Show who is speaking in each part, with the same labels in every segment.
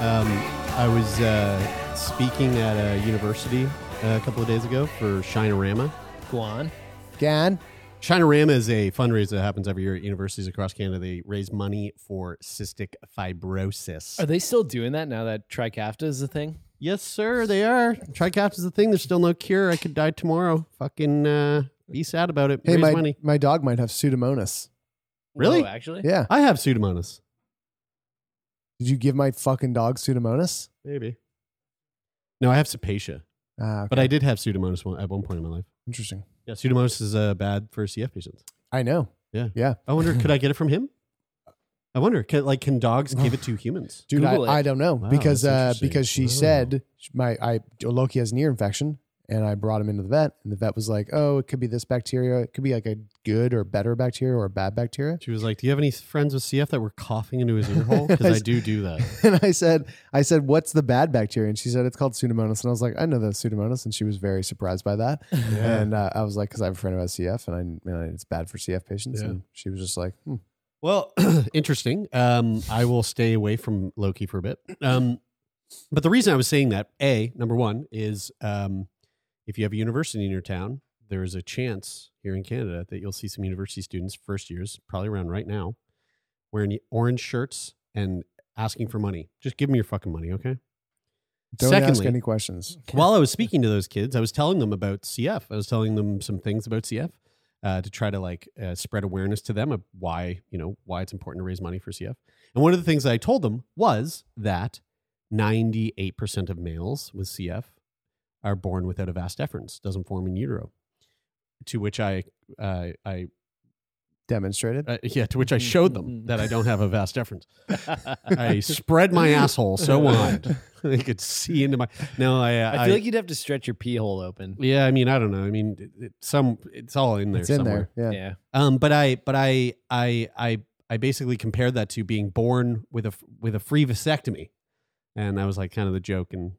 Speaker 1: Um, I was uh, speaking at a university uh, a couple of days ago for Shinorama.
Speaker 2: Go on. Gan.
Speaker 1: Shinorama is a fundraiser that happens every year at universities across Canada. They raise money for cystic fibrosis.
Speaker 2: Are they still doing that now that Trikafta is a thing?
Speaker 1: yes, sir, they are. Tricap is the thing. There's still no cure. I could die tomorrow. Fucking uh, be sad about it.
Speaker 3: Hey,
Speaker 1: raise
Speaker 3: my,
Speaker 1: money.
Speaker 3: my dog might have pseudomonas.
Speaker 1: Really?
Speaker 2: Whoa, actually?
Speaker 3: Yeah.
Speaker 1: I have pseudomonas.
Speaker 3: Did you give my fucking dog pseudomonas?
Speaker 1: Maybe. No, I have sepatia,
Speaker 3: Ah, okay.
Speaker 1: but I did have pseudomonas one- at one point in my life.
Speaker 3: Interesting.
Speaker 1: Yeah, pseudomonas is uh, bad for CF patients.
Speaker 3: I know.
Speaker 1: Yeah.
Speaker 3: Yeah.
Speaker 1: I wonder, could I get it from him? I wonder, can, like, can dogs give it to humans?
Speaker 3: Dude, I,
Speaker 2: Google it.
Speaker 3: I don't know
Speaker 1: Wow,
Speaker 3: because
Speaker 1: that's
Speaker 3: uh,
Speaker 1: interesting.
Speaker 3: because she
Speaker 1: Wow.
Speaker 3: said my I Loki has an ear infection and I brought him into the vet and the vet was like, oh, it could be this bacteria. It could be like a good or better bacteria or a bad bacteria.
Speaker 1: She was like, "Do you have any friends with CF that were coughing into his ear hole? Because I do do that."
Speaker 3: And I said, I said, what's the bad bacteria? And she said, it's called pseudomonas. And I was like, I know that's pseudomonas. And she was very surprised by that. And uh, I was like, because I have a friend who has CF and I, you know, it's bad for CF patients.
Speaker 1: Yeah.
Speaker 3: And she was just like, hmm.
Speaker 1: Well, interesting. Um, I will stay away from Loki for a bit. Um, but the reason I was saying that, a number one is um, if you have a university in your town, there is a chance here in Canada that you'll see some university students, first years, probably around right now, wearing orange shirts and asking for money. Just give them your fucking money, okay?
Speaker 3: don't ask
Speaker 1: Secondly-
Speaker 3: any questions.
Speaker 1: While I was speaking to those kids, I was telling them about CF. I was telling them some things about CF uh, to try to like uh, spread awareness to them of why you know why it's important to raise money for CF. And one of the things that I told them was that ninety eight percent of males with CF are born without a vas deferens, doesn't form in utero. To which I uh, I
Speaker 3: Demonstrated.
Speaker 1: uh, yeah, to which
Speaker 2: Mm-hmm.
Speaker 1: I showed them that I don't have a vas deferens. I spread my asshole so wide they could see into my. No, I uh,
Speaker 2: I feel like you'd have to stretch your pee hole open.
Speaker 1: yeah, I mean, I don't know. I mean, it, it- some it's all in there
Speaker 3: It's in
Speaker 1: somewhere.
Speaker 3: there. Yeah.
Speaker 2: Yeah.
Speaker 1: Um, but I, but I, I, I, I basically compared that to being born with a with a free vasectomy, and that was like kind of the joke, and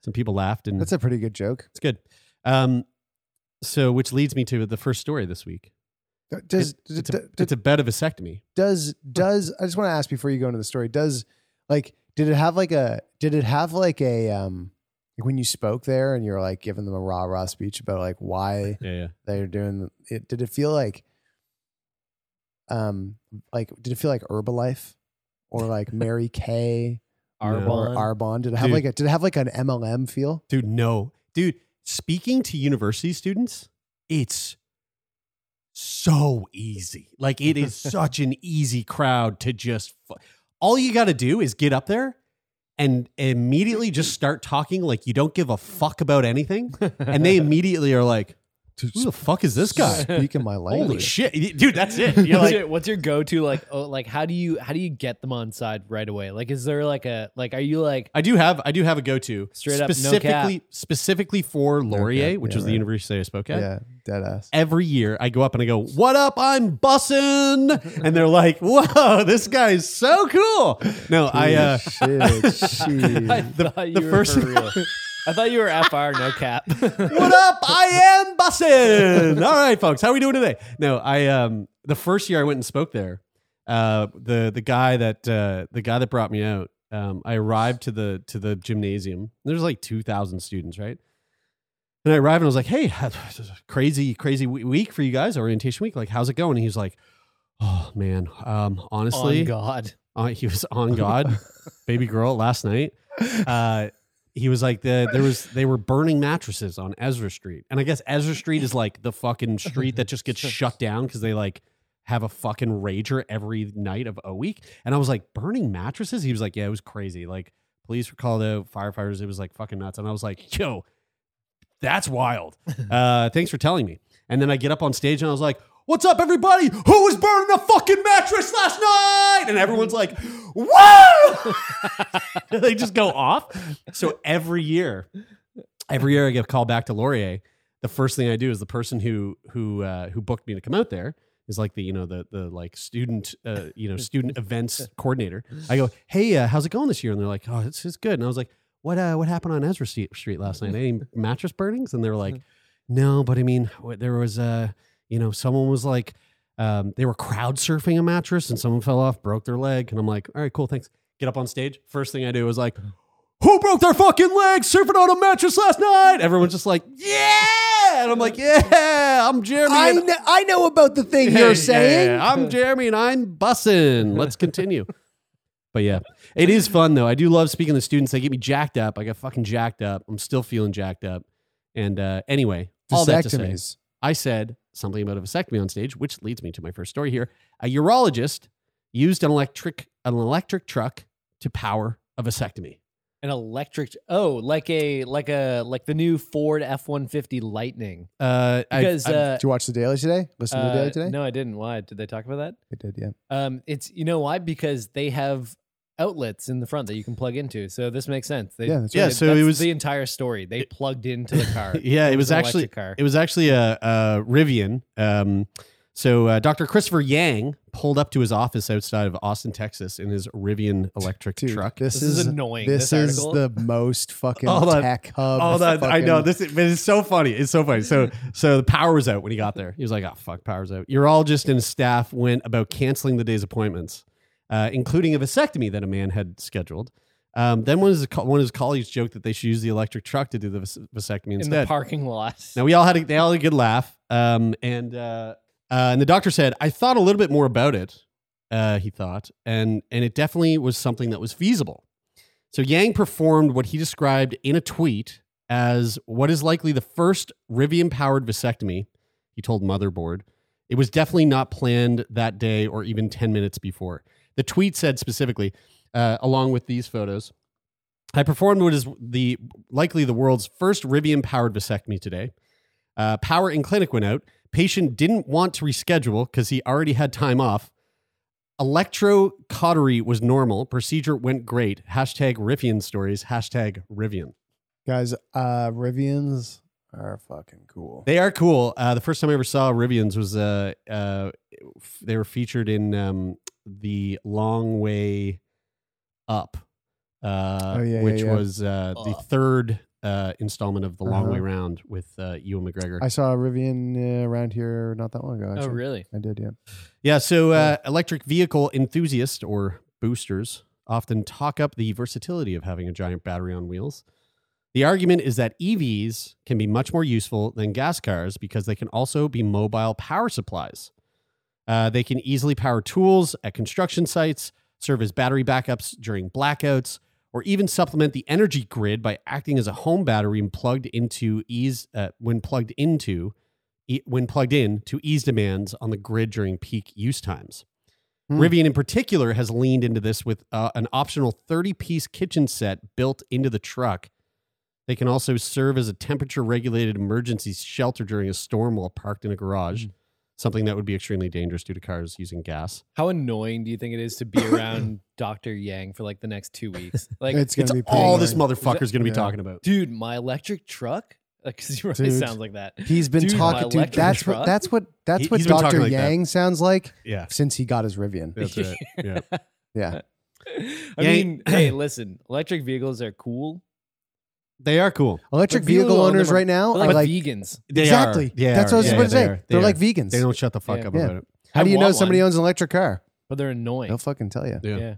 Speaker 1: some people laughed, and
Speaker 3: That's a pretty good joke.
Speaker 1: it's good. Um, so which leads me to the first story this week.
Speaker 3: Does,
Speaker 1: It's, it's,
Speaker 3: d-
Speaker 1: a,
Speaker 3: d-
Speaker 1: it's a bed of vasectomy.
Speaker 3: does does I just want to ask before you go into the story does like did it have like a did it have like a um like when you spoke there and you were like giving them a rah rah speech about like why
Speaker 1: Yeah, yeah.
Speaker 3: they're doing it did it feel like um like did it feel like Herbalife or like Mary Kay or
Speaker 2: Arbon.
Speaker 3: Arbonne did it have
Speaker 1: Dude.
Speaker 3: like a did it have like an MLM feel
Speaker 1: Dude, no. Dude, speaking to university students, it's so easy. Like it is such an easy crowd to just fu- all you got to do is get up there and immediately just start talking like you don't give a fuck about anything and they immediately are like who the fuck is this guy?
Speaker 3: speak in my language
Speaker 1: Holy shit. Dude, that's it. You're
Speaker 2: What's,
Speaker 1: like
Speaker 2: your, what's your go-to like? Oh, like how do you how do you get them on side right away? Like, is there like a like? Are you like
Speaker 1: I do have I do have a go to
Speaker 2: Straight up, no
Speaker 1: specifically
Speaker 2: cap.
Speaker 1: specifically for Laurier,
Speaker 3: cap,
Speaker 1: which
Speaker 3: yeah,
Speaker 1: was the
Speaker 3: right.
Speaker 1: university I spoke at.
Speaker 3: yeah dead ass
Speaker 1: every year I go up and I go, "What up? I'm bussin'," and they're like, "Whoa, this guy's so cool." No, I uh,
Speaker 3: Holy shit,
Speaker 2: I
Speaker 3: shit.
Speaker 2: thought you were
Speaker 1: first-
Speaker 2: for real. I thought you were FR, no cap.
Speaker 1: what up? I am bussin'. All right, folks, how we doing today? No, I um, the first year I went and spoke there, uh, the the guy that uh, the guy that brought me out, um, I arrived to the to the gymnasium. There's like two thousand students, right? And I arrived and I was like, "Hey, crazy, crazy we- week for you guys, orientation week. Like, how's it going?" And he's like, "Oh man, um,
Speaker 2: On
Speaker 1: honestly,
Speaker 2: God.
Speaker 1: Uh, he was on God, baby girl last night. Uh, he was like the there was they were burning mattresses on Ezra Street, and I guess Ezra Street is like the fucking street that just gets shut down because they like have a fucking rager every night of a week. And I was like, burning mattresses. He was like, yeah, it was crazy. Like police were called out, firefighters. It was like fucking nuts. And I was like, yo, that's wild. Uh, thanks for telling me. And then I get up on stage and I was like, What's up, everybody? Who was burning a fucking mattress last night? And everyone's like, Whoa! they just go off. So every year, every year I get called back to Laurier. The first thing I do is the person who who uh, who booked me to come out there is like the you know the the like student uh, you know student events coordinator. I go, hey, uh, how's it going this year? And they're like, oh, it's it's good. And I was like, what uh, what happened on Ezra Street Street last night? Any mattress burnings? And they were like, no, but I mean, wh- there was uh, you know, someone was like, um, they were crowd surfing a mattress and someone fell off, broke their leg, and I'm like, all right, cool, thanks. Get up on stage. First thing I do is like. Who broke their fucking leg surfing on a mattress last night? Everyone's just like, yeah. And I'm like, yeah, I'm Jeremy.
Speaker 3: I
Speaker 1: and
Speaker 3: know, I know about the thing
Speaker 1: yeah,
Speaker 3: you're saying.
Speaker 1: yeah, I'm Jeremy and I'm bussin'. Let's continue. but yeah, it is fun though. I do love speaking to students. They get me jacked up. I got fucking jacked up. I'm still feeling jacked up. And uh, anyway, all that to say,
Speaker 3: Vasectomies.
Speaker 1: I said something about a vasectomy on stage, which leads me to my first story here. A urologist used an electric an electric truck to power a vasectomy.
Speaker 2: An electric. Oh, like a like a like the new Ford F one fifty Lightning.
Speaker 1: Uh, I-
Speaker 2: Because
Speaker 1: I-
Speaker 2: uh,
Speaker 3: Did you watch the Daily today? Listen to the
Speaker 2: uh,
Speaker 3: Daily today?
Speaker 2: no, I didn't. Why did they talk about that?
Speaker 3: I did, yeah.
Speaker 2: Um, it's you know why because they have outlets in the front that you can plug into. So this makes sense. They,
Speaker 3: yeah, that's
Speaker 1: yeah,
Speaker 3: right.
Speaker 1: so it
Speaker 2: that's
Speaker 1: was
Speaker 2: the entire story. They plugged into the car.
Speaker 1: Yeah, it was
Speaker 2: an
Speaker 1: actually-
Speaker 2: electric car.
Speaker 1: It was actually a, a Rivian. Um, so uh, Dr. Christopher Yang pulled up to his office outside of Austin, Texas, in his Rivian electric
Speaker 3: Dude,
Speaker 1: truck.
Speaker 3: This,
Speaker 2: this
Speaker 3: is,
Speaker 2: is, annoying.
Speaker 3: this,
Speaker 2: This,
Speaker 3: is
Speaker 2: article.
Speaker 3: the most fucking
Speaker 1: Hold on.
Speaker 3: tech hub.
Speaker 1: Oh, that I
Speaker 3: fucking-
Speaker 1: know this, is, but it's so funny. It's so funny. So, so the power was out when he got there. He was like, "Oh fuck, power's out." Urologist and his staff went about canceling the day's appointments, uh, including a vasectomy that a man had scheduled. Um, then one of his co- one of his colleagues joked that they should use the electric truck to do the vas- vasectomy
Speaker 2: in
Speaker 1: instead.
Speaker 2: the parking lot.
Speaker 1: Now we all had a, they all had a good laugh, um, and uh, uh, and the doctor said, "I thought a little bit more about it." Uh, he thought, and and it definitely was something that was feasible. So Yang performed what he described in a tweet as what is likely the first Rivian-powered vasectomy. He told Motherboard, "It was definitely not planned that day or even ten minutes before." The tweet said specifically, uh, along with these photos. I performed what is the likely the world's first Rivian powered vasectomy today. Uh, power in clinic went out. Patient didn't want to reschedule because he already had time off. Electrocautery was normal. Procedure went great. Hashtag Rivian stories. Hashtag Rivian.
Speaker 3: Guys, uh, Rivians are fucking cool.
Speaker 1: They are cool. Uh, the first time I ever saw Rivians was uh, uh, f- they were featured in um, the Long Way Up, uh,
Speaker 3: Oh, yeah, yeah,
Speaker 1: which
Speaker 3: yeah.
Speaker 1: was uh, the third uh, installment of the Long
Speaker 3: Uh-huh.
Speaker 1: Way Round with uh, Ewan McGregor.
Speaker 3: I saw a Rivian uh, around here not that long ago.
Speaker 2: oh
Speaker 3: Actually.
Speaker 2: really?
Speaker 3: I did, yeah.
Speaker 1: yeah, so uh, electric vehicle enthusiasts or boosters often talk up the versatility of having a giant battery on wheels. The argument is that EVs can be much more useful than gas cars because they can also be mobile power supplies. Uh, they can easily power tools at construction sites, serve as battery backups during blackouts, or even supplement the energy grid by acting as a home battery and plugged into ease uh, when plugged into e- when plugged in to ease demands on the grid during peak use times.
Speaker 3: Hmm.
Speaker 1: Rivian in particular has leaned into this with uh, an optional 30-piece kitchen set built into the truck. They can also serve as a temperature-regulated emergency shelter during a storm while parked in a
Speaker 3: Hmm.
Speaker 1: garage, something that would be extremely dangerous due to cars using gas.
Speaker 2: How annoying do you think it is to be around Doctor Yang for like the next two weeks? Like,
Speaker 3: It's gonna
Speaker 1: it's
Speaker 3: be pretty
Speaker 1: all this
Speaker 3: annoying.
Speaker 1: motherfucker's going to be
Speaker 3: Yeah.
Speaker 1: talking about.
Speaker 2: dude, my electric truck. Because he really
Speaker 3: Dude.
Speaker 2: sounds like that.
Speaker 3: He's been
Speaker 2: Dude, my
Speaker 3: talking. Dude,
Speaker 2: electric
Speaker 3: that's what
Speaker 2: truck.
Speaker 3: that's what that's
Speaker 1: He-
Speaker 3: what
Speaker 1: he's been
Speaker 3: Doctor
Speaker 1: talking like that.
Speaker 3: Yang sounds like
Speaker 1: Yeah,
Speaker 3: since he got his Rivian.
Speaker 1: that's right. Yeah.
Speaker 3: Yeah,
Speaker 2: I
Speaker 1: Yeah,
Speaker 2: mean, hey, listen, electric vehicles are cool.
Speaker 1: They are cool.
Speaker 3: electric
Speaker 2: But vegan
Speaker 3: vehicle
Speaker 2: owners
Speaker 3: owners
Speaker 2: are-
Speaker 3: right now
Speaker 2: They're
Speaker 3: are
Speaker 2: like,
Speaker 3: Oh, like
Speaker 2: vegans.
Speaker 1: They
Speaker 3: exactly.
Speaker 1: Are. Yeah,
Speaker 3: that's what I was
Speaker 1: yeah,
Speaker 3: about to
Speaker 1: they
Speaker 3: say.
Speaker 1: are.
Speaker 3: They're
Speaker 1: are.
Speaker 3: like vegans.
Speaker 1: They don't shut the fuck
Speaker 2: Yeah.
Speaker 1: up
Speaker 3: Yeah.
Speaker 1: about it.
Speaker 3: How do you know somebody
Speaker 2: else?
Speaker 3: owns an electric car?
Speaker 2: But they're annoying.
Speaker 3: They'll fucking tell you.
Speaker 1: Yeah.
Speaker 2: yeah.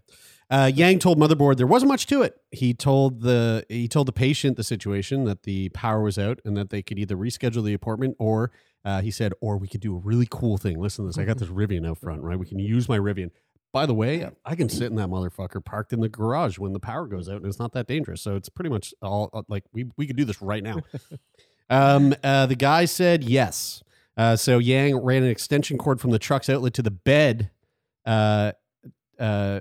Speaker 1: Uh, Yang told Motherboard there wasn't much to it. He told the he told the patient the situation that the power was out and that they could either reschedule the appointment or uh, he said or we could do a really cool thing. Listen to this. I got this Rivian out front, right? We can use my Rivian. by the way, I can sit in that motherfucker parked in the garage when the power goes out, and it's not that dangerous. So it's pretty much all uh, like we we could do this right now. um, uh, the guy said yes. Uh, so Yang ran an extension cord from the truck's outlet to the bed. Uh, uh,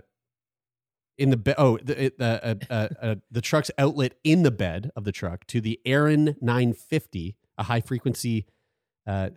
Speaker 1: in the bed. Oh, the, it, uh, uh, uh, uh, the truck's outlet in the bed of the truck to the Aaron 950, a high frequency uh,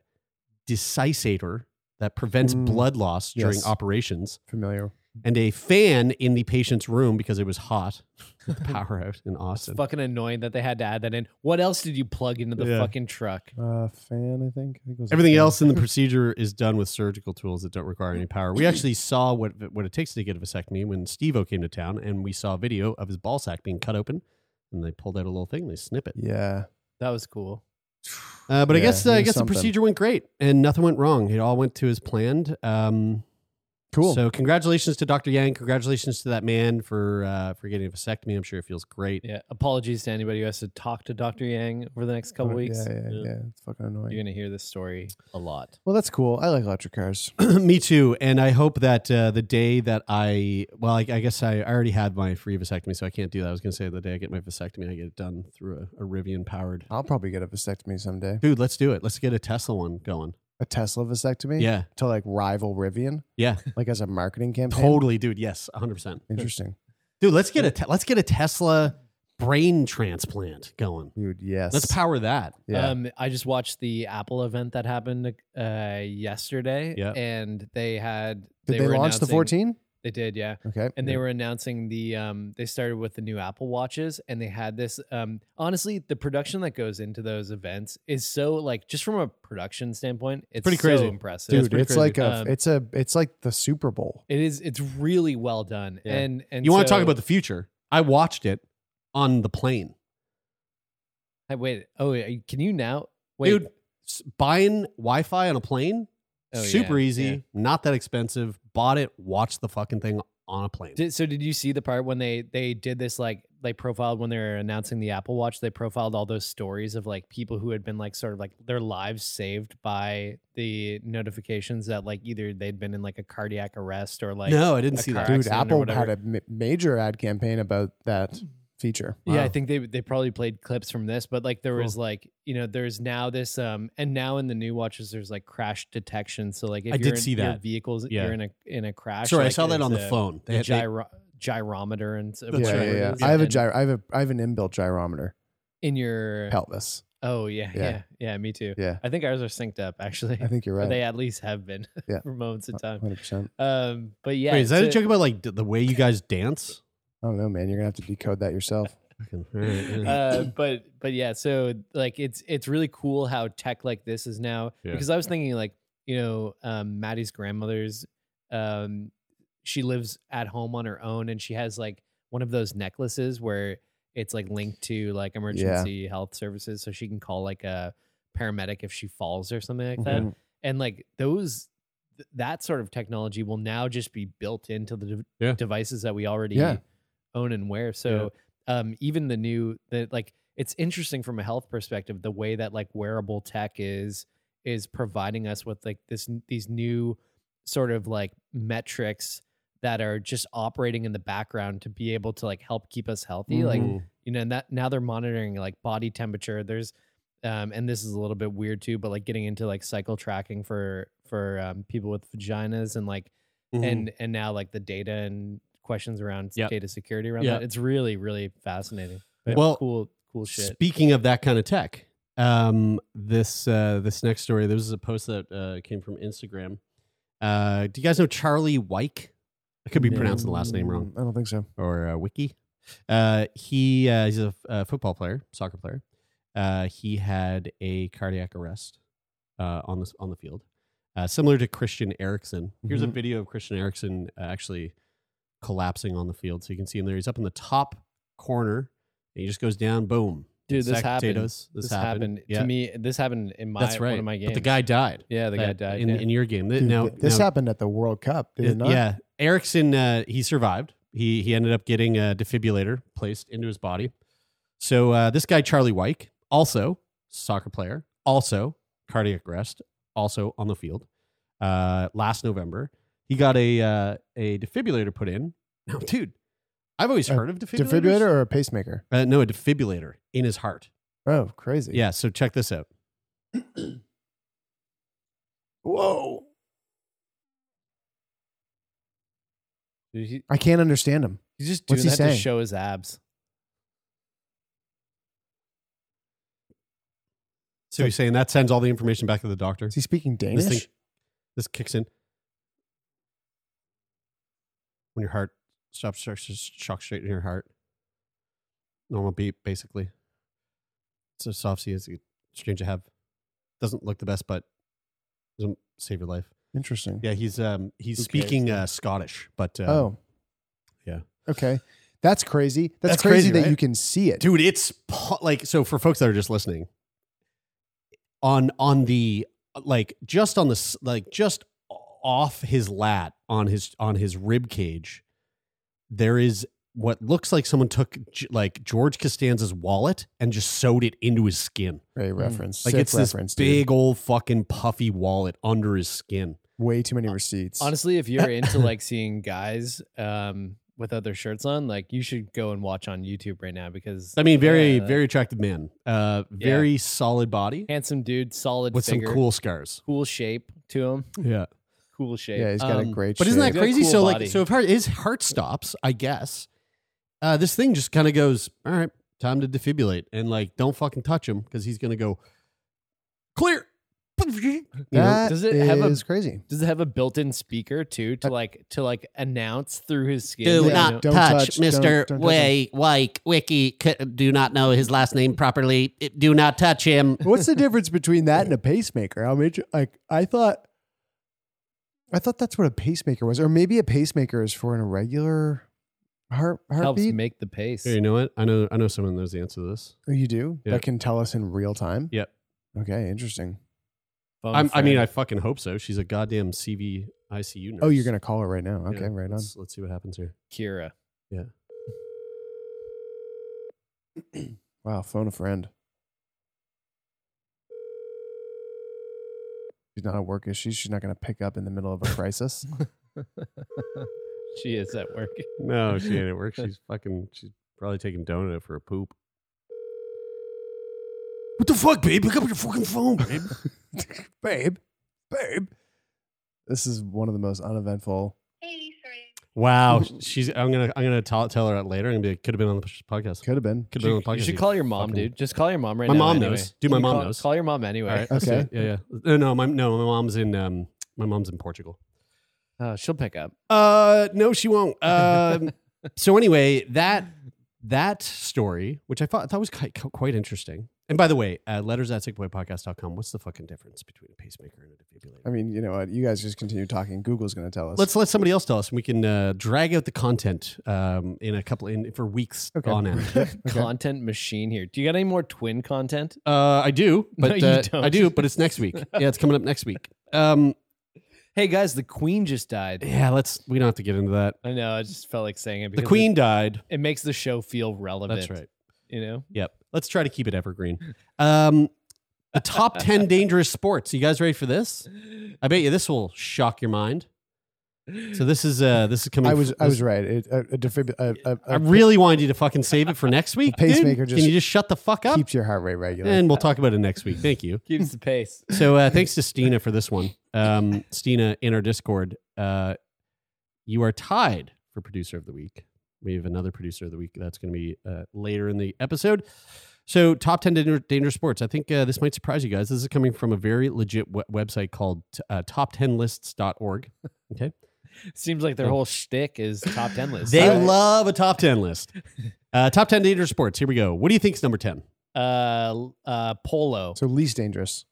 Speaker 1: decisator that prevents
Speaker 3: Mm.
Speaker 1: blood loss during
Speaker 3: Yes.
Speaker 1: operations,
Speaker 3: Familiar.
Speaker 1: and a fan in the patient's room because it was hot. with power out in Austin.
Speaker 2: Fucking annoying that they had to add that in. What else did you plug into the
Speaker 1: Yeah.
Speaker 2: fucking truck?
Speaker 3: Uh, fan, I think. I think it was a
Speaker 1: Everything
Speaker 3: fan.
Speaker 1: else in the procedure is done with surgical tools that don't require any power. We actually saw what what it takes to get a vasectomy when Steve-O came to town, and we saw a video of his ball sack being cut open, and they pulled out a little thing, and they snip it.
Speaker 3: Yeah.
Speaker 2: That was cool.
Speaker 1: Uh, but I
Speaker 3: Yeah,
Speaker 1: guess uh, I
Speaker 3: here's
Speaker 1: guess the
Speaker 3: something.
Speaker 1: procedure went great, and nothing went wrong. It all went to as planned. Um,
Speaker 3: Cool.
Speaker 1: So congratulations to Dr. Yang. Congratulations to that man for uh, for getting a vasectomy. I'm sure it feels great.
Speaker 2: Yeah. Apologies to anybody who has to talk to Dr. Yang over the next couple
Speaker 3: Oh,
Speaker 2: weeks.
Speaker 3: Yeah, yeah, yeah, It's fucking annoying.
Speaker 2: You're gonna hear this story a lot.
Speaker 3: well, that's cool. I like electric cars.
Speaker 1: Me too. And I hope that uh, the day that I, well, I, I guess I already had my free vasectomy, so I can't do that. I was going to say the day I get my vasectomy, I get it done through a, a Rivian powered.
Speaker 3: I'll probably get a vasectomy someday.
Speaker 1: Dude, let's do it. Let's get a Tesla one going.
Speaker 3: A Tesla vasectomy.
Speaker 1: Yeah.
Speaker 3: To like rival Rivian,
Speaker 1: Yeah.
Speaker 3: like as a marketing campaign.
Speaker 1: Totally, dude. Yes. 100%.
Speaker 3: Interesting,
Speaker 1: Dude, let's get a, te- let's get a Tesla brain transplant going.
Speaker 3: dude. Yes.
Speaker 1: Let's power that. Uh,
Speaker 3: Yeah.
Speaker 2: Um, I just watched the Apple event that happened uh, yesterday,
Speaker 1: Yeah.
Speaker 2: and they had
Speaker 3: Did they,
Speaker 2: were
Speaker 3: launch the
Speaker 2: announcing-
Speaker 3: 14?
Speaker 2: They did, yeah.
Speaker 3: Okay.
Speaker 2: and they were announcing the um they started with the new apple watches and they had this um honestly the production that goes into those events is so like just from a production standpoint it's
Speaker 1: Pretty crazy.
Speaker 2: so impressive
Speaker 3: dude.
Speaker 1: pretty
Speaker 3: it's
Speaker 1: crazy.
Speaker 3: like a.
Speaker 2: Um,
Speaker 3: it's a. It's like the Super Bowl.
Speaker 2: it is it's really well done
Speaker 1: Yeah.
Speaker 2: and and
Speaker 1: you want to
Speaker 2: so-
Speaker 1: talk about the future? I watched it on the plane.
Speaker 2: Hey, wait oh yeah, can you now wait
Speaker 1: Dude, s- buying Wi Fi on a plane
Speaker 2: Oh,
Speaker 1: super
Speaker 2: yeah,
Speaker 1: easy,
Speaker 2: yeah.
Speaker 1: not that expensive. Bought it, watched the fucking thing on a plane.
Speaker 2: Did, so did you see the part when they they did this like they profiled when they were announcing the Apple Watch? They profiled all those stories of like people who had been like sort of like their lives saved by the notifications that like either they'd been in like a cardiac arrest or like
Speaker 1: no, I didn't
Speaker 2: a
Speaker 1: see
Speaker 2: car
Speaker 1: that.
Speaker 3: Dude,
Speaker 2: accident or
Speaker 3: Apple
Speaker 2: whatever.
Speaker 3: had a ma- major ad campaign about that feature.
Speaker 2: Yeah, I
Speaker 1: Wow.
Speaker 2: think they they probably played clips from this, but like there was
Speaker 1: Cool.
Speaker 2: like you know there's now this um and now in the new watches there's like crash detection. So like if
Speaker 1: I
Speaker 2: you're
Speaker 1: did
Speaker 2: in,
Speaker 1: see
Speaker 2: your
Speaker 1: that.
Speaker 2: vehicles
Speaker 1: Yeah.
Speaker 2: you're in a in a crash.
Speaker 1: Sorry, I
Speaker 2: like,
Speaker 1: saw that
Speaker 2: there's
Speaker 1: on the phone. They
Speaker 2: the
Speaker 1: had- they-
Speaker 2: gyro- gyrometer and s-
Speaker 1: That's
Speaker 3: yeah,
Speaker 2: whatever
Speaker 1: right.
Speaker 3: yeah,
Speaker 2: it
Speaker 3: yeah.
Speaker 2: is.
Speaker 3: I have a
Speaker 2: And
Speaker 3: gyro. I have a. I have an inbuilt gyrometer.
Speaker 2: in your
Speaker 3: Pelvis.
Speaker 2: Oh yeah,
Speaker 3: Yeah.
Speaker 2: yeah, yeah, me too.
Speaker 3: Yeah.
Speaker 2: I think ours are synced up actually.
Speaker 3: I think you're
Speaker 2: Or
Speaker 3: right. Uh,
Speaker 2: They at least have been
Speaker 3: Yeah. Oh,
Speaker 2: for moments in time.
Speaker 3: 100%.
Speaker 2: Um, but yeah,
Speaker 1: Wait, is that a
Speaker 2: so-
Speaker 1: joke about like d- the way you guys dance?
Speaker 3: I don't know, man. You're gonna have to decode that yourself.
Speaker 1: Fucking- all right, yeah.
Speaker 2: uh, but but yeah, so like it's it's really cool how tech like this is now
Speaker 1: Yeah.
Speaker 2: because I was thinking like you know um, Maddie's grandmother's um, she lives at home on her own and she has like one of those necklaces where it's like linked to like emergency health services so she can call like a paramedic if she falls or something like that
Speaker 1: Mm-hmm.
Speaker 3: Mhm.
Speaker 2: and like those th- that sort of technology will now just be built into the de-
Speaker 1: Yeah.
Speaker 2: devices that we already
Speaker 3: Yeah.
Speaker 2: own and wear so um even the new the like it's interesting from a health perspective the way that like wearable tech is is providing us with like this n- these new sort of like metrics that are just operating in the background to be able to like help keep us healthy like
Speaker 1: Mhm.
Speaker 2: you know, and that now they're monitoring like body temperature. There's, um, and this is a little bit weird too, but like getting into like cycle tracking for for um, people with vaginas and like
Speaker 1: Mhm.
Speaker 2: and and now like the data and questions around
Speaker 1: Yep.
Speaker 2: data security around
Speaker 1: Yep.
Speaker 2: that. It's really really fascinating. But
Speaker 1: Well,
Speaker 2: cool cool shit.
Speaker 1: Speaking of that kind of tech, um, this uh, this next story. This is a post that uh, came from Instagram. Uh, do you guys know Charlie Wyke? I could be pronouncing the last name wrong.
Speaker 3: Mm, I don't think so.
Speaker 1: or uh, Wiki. Uh, he uh, he's a f- uh, football player, soccer player. Uh, he had a cardiac arrest uh, on this on the field, uh, similar to Christian Erickson. Here's a
Speaker 2: Mm-hmm.
Speaker 3: Mhm.
Speaker 1: video of Christian Erickson uh, actually collapsing on the field, so you can see him there. He's up in the top corner, and he just goes down. Boom,
Speaker 2: Dude, this
Speaker 1: Sack
Speaker 2: happened.
Speaker 1: potatoes.
Speaker 2: This,
Speaker 1: This
Speaker 2: happened,
Speaker 1: happened. Yeah.
Speaker 2: to me. This happened in my
Speaker 1: that's right.
Speaker 2: one of my games.
Speaker 1: But the guy died.
Speaker 2: yeah, the guy
Speaker 1: That-
Speaker 2: died.
Speaker 1: in,
Speaker 2: yeah.
Speaker 1: in your game. Th-
Speaker 3: Dude,
Speaker 1: now,
Speaker 3: th- this
Speaker 1: now-
Speaker 3: happened at the World Cup, did
Speaker 1: uh,
Speaker 3: it not?
Speaker 1: Yeah, Erickson uh, he survived. He he ended up getting a defibrillator placed into his body. So uh, this guy Charlie Wyke, also soccer player, also cardiac arrest, also on the field. Uh, last November, He got a uh, a defibrillator put in. No, dude, I've always
Speaker 3: A
Speaker 1: heard of defibrillators.
Speaker 3: Defibrillator or a pacemaker?
Speaker 1: Uh, no, a defibrillator in his heart.
Speaker 3: Oh, crazy.
Speaker 1: Yeah. So check this out.
Speaker 3: Whoa.
Speaker 2: Dude, he-
Speaker 3: I can't understand him.
Speaker 2: he's just doing
Speaker 3: What's he
Speaker 2: that to
Speaker 3: saying?
Speaker 2: show his abs.
Speaker 1: So he's saying that sends all the information back to the doctor.
Speaker 3: Is he speaking Danish?
Speaker 1: This thing, this kicks in when your heart stops, starts to shock straight in your heart. Normal beat, basically. It's a soft C. It's strange to have. Doesn't look the best, but doesn't save your life.
Speaker 3: Interesting.
Speaker 1: Yeah, he's um he's
Speaker 3: Who cares?
Speaker 1: speaking uh, Scottish, but um,
Speaker 3: Oh.
Speaker 1: Yeah.
Speaker 3: Okay. That's crazy. That's,
Speaker 1: That's
Speaker 3: crazy,
Speaker 1: crazy,
Speaker 3: that
Speaker 1: right?
Speaker 3: you can see it.
Speaker 1: dude it's po- like so for folks that are just listening on on the like just on the s- like just off his lat on his on his rib cage there is what looks like someone took G- like George Costanza's wallet and just sewed it into his skin.
Speaker 3: Great reference.
Speaker 1: Like
Speaker 3: Sick
Speaker 1: it's this
Speaker 3: reference, dude.
Speaker 1: big old fucking puffy wallet under his skin.
Speaker 3: Way too many receipts.
Speaker 2: Honestly, if you're into like seeing guys um, with other shirts on, like you should go and watch on YouTube right now because
Speaker 1: I mean, very
Speaker 2: Yeah.
Speaker 1: very attractive man. Uh, very solid body
Speaker 2: handsome dude, solid
Speaker 1: with
Speaker 2: figure,
Speaker 1: some cool scars.
Speaker 2: cool shape to him,
Speaker 1: Yeah.
Speaker 2: cool shape.
Speaker 3: yeah, he's got a
Speaker 1: Um,
Speaker 3: great
Speaker 1: But isn't
Speaker 2: shape. He's
Speaker 1: that
Speaker 2: got a
Speaker 1: crazy?
Speaker 2: cool
Speaker 1: so
Speaker 2: body.
Speaker 1: like, so if her, his heart stops, I guess uh, this thing just kind of goes. All right, time to defibrillate, and like, don't fucking touch him because he's gonna go clear. You know?
Speaker 3: That
Speaker 2: does it have a-
Speaker 3: is crazy.
Speaker 2: Does it have a built-in speaker too to like to like announce through his skin?
Speaker 1: do
Speaker 3: Yeah,
Speaker 2: you
Speaker 1: not
Speaker 2: know?
Speaker 3: don't
Speaker 1: touch,
Speaker 3: touch,
Speaker 1: Mister
Speaker 3: don't- don't touch
Speaker 1: Way Wike Wiki. c- Do not know his last name properly. It- Do not touch him.
Speaker 3: What's the difference between that and a pacemaker? I mean, like I thought, I thought that's what a pacemaker was, or maybe a pacemaker is for an irregular heart
Speaker 2: helps
Speaker 3: heartbeat.
Speaker 2: make the pace.
Speaker 1: Here, you know what? I know. I know someone knows the answer to this.
Speaker 3: Oh, you do
Speaker 1: Yeah.
Speaker 3: that can tell us in real time.
Speaker 1: Yep.
Speaker 3: Okay, interesting.
Speaker 2: Phone
Speaker 1: I'm, I mean, I
Speaker 2: friend.
Speaker 1: fucking hope so. She's a goddamn CV ICU nurse.
Speaker 3: Oh, you're gonna call it right now.
Speaker 1: Yeah,
Speaker 3: Okay, right on.
Speaker 1: let's- Let's see what happens here.
Speaker 2: Kira.
Speaker 3: Wow, phone a friend. She's not at work, is she? She's not gonna pick up in the middle of a crisis.
Speaker 2: she is at work.
Speaker 1: No, she ain't at work. She's fucking. She's probably taking donut for a poop. What the fuck, babe? Pick up your fucking phone, babe.
Speaker 3: babe, babe. This is one of the most uneventful.
Speaker 1: wow, she's. I'm gonna. I'm gonna tell, tell her that later. I'm gonna be. Like, Could have been on the podcast.
Speaker 3: Could have been.
Speaker 1: Could have been
Speaker 2: You,
Speaker 1: on the podcast.
Speaker 2: you should call your mom,
Speaker 1: fucking-
Speaker 2: dude. Just call your mom right
Speaker 1: My
Speaker 2: now.
Speaker 1: mom
Speaker 2: anyway.
Speaker 1: knows. Dude, my
Speaker 2: You
Speaker 1: mom
Speaker 2: call,
Speaker 1: knows.
Speaker 2: Call your mom
Speaker 1: All
Speaker 2: anyway.
Speaker 1: right. let's do
Speaker 3: Okay.
Speaker 1: it. Yeah, yeah. No, no, my no. My mom's in. Um, my mom's in Portugal.
Speaker 2: Oh, she'll pick up.
Speaker 1: Uh, no, she won't. Um, so anyway, that that story, which I thought, thought was quite, quite interesting. And by the way, uh, letters at sickboypodcast.com. What's the fucking difference between a pacemaker and a defibrillator?
Speaker 3: I mean, you know what? You guys just continue talking. Google's going to tell us.
Speaker 1: Let's let somebody else tell us, and we can uh, drag out the content um, in a couple in for weeks
Speaker 3: Okay.
Speaker 1: on end.
Speaker 3: Yep, okay.
Speaker 2: Content machine here. Do you got any more twin content?
Speaker 1: Uh, I do,
Speaker 2: No,
Speaker 1: but
Speaker 2: you
Speaker 1: uh,
Speaker 2: don't.
Speaker 1: I do, but it's next week. Yeah, it's coming up next week. Um,
Speaker 2: Hey guys, the queen just died.
Speaker 1: yeah, let's. We don't have to get into that.
Speaker 2: I know. I just felt like saying it.
Speaker 1: The
Speaker 2: because
Speaker 1: queen died.
Speaker 2: It, it makes the show feel relevant.
Speaker 1: That's right.
Speaker 2: You know.
Speaker 1: Yep. Let's try to keep it evergreen. Um, the top 10 dangerous sports. You guys ready for this? I bet you this will shock your mind. So this is uh this is coming
Speaker 3: I was
Speaker 1: f-
Speaker 3: I
Speaker 1: this-
Speaker 3: was right. It, uh, a, a defib- a, a,
Speaker 1: I
Speaker 3: a
Speaker 1: really wanted you to fucking save it for next week. dude.
Speaker 3: pacemaker just
Speaker 1: Can you just shut the fuck up?
Speaker 3: keeps your heart rate regular.
Speaker 1: And we'll talk about it next week. Thank you.
Speaker 2: Keeps the pace.
Speaker 1: So uh thanks to Stina for this one. Um Stina in our Discord, uh you are tied for producer of the week. We have another producer of the week that's going to be uh, later in the episode. So, top 10 danger- dangerous sports. I think uh, this might surprise you guys. This is coming from a very legit we- website called uh, top10lists.org. Okay.
Speaker 2: Seems like their whole shtick is top ten list.
Speaker 1: They
Speaker 3: All right.
Speaker 1: love a top 10 list. Uh, top 10 dangerous sports. Here we go. What do you think's number 10?
Speaker 2: uh, uh, polo.
Speaker 3: so least dangerous.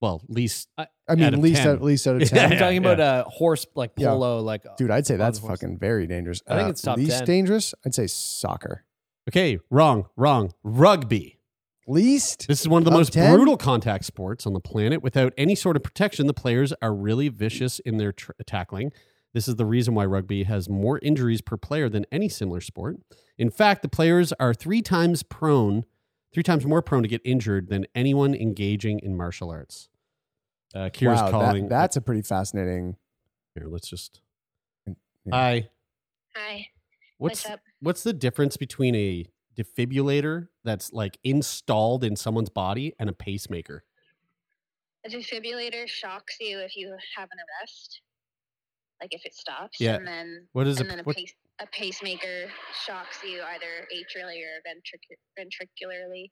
Speaker 1: Well, least.
Speaker 3: I mean,
Speaker 1: Out of
Speaker 3: least
Speaker 1: 10.
Speaker 3: out, least out of
Speaker 1: Yeah,
Speaker 3: ten.
Speaker 2: I'm talking
Speaker 1: yeah.
Speaker 2: about uh, horse, like
Speaker 3: Yeah.
Speaker 2: polo, like uh,
Speaker 3: Dude, I'd say
Speaker 2: Wild
Speaker 3: that's
Speaker 2: horse.
Speaker 3: fucking very dangerous. Uh,
Speaker 2: I think it's top
Speaker 3: least
Speaker 2: 10.
Speaker 3: dangerous. I'd say soccer.
Speaker 1: Okay. Wrong. Wrong. Rugby.
Speaker 3: Least.
Speaker 1: This is one of the
Speaker 3: Top
Speaker 1: most
Speaker 3: 10?
Speaker 1: brutal contact sports on the planet. Without any sort of protection, the players are really vicious in their tr- tackling. This is the reason why rugby has more injuries per player than any similar sport. In fact, the players are three times prone, three times more prone to get injured than anyone engaging in martial arts. Uh, Kira's
Speaker 3: wow, that-
Speaker 1: calling.
Speaker 3: that's a pretty fascinating
Speaker 1: Here, let's just.
Speaker 3: Mm, Yeah.
Speaker 1: Hi.
Speaker 4: Hi.
Speaker 1: What's
Speaker 4: up?
Speaker 1: what's the difference between a defibrillator that's like installed in someone's body and a pacemaker?
Speaker 4: A defibrillator shocks you if you have an arrest, like if it stops.
Speaker 1: Yeah.
Speaker 4: And then,
Speaker 1: What is
Speaker 4: and
Speaker 1: a,
Speaker 4: then a,
Speaker 1: what,
Speaker 4: pace, a pacemaker shocks you either atrially or ventric- ventricularly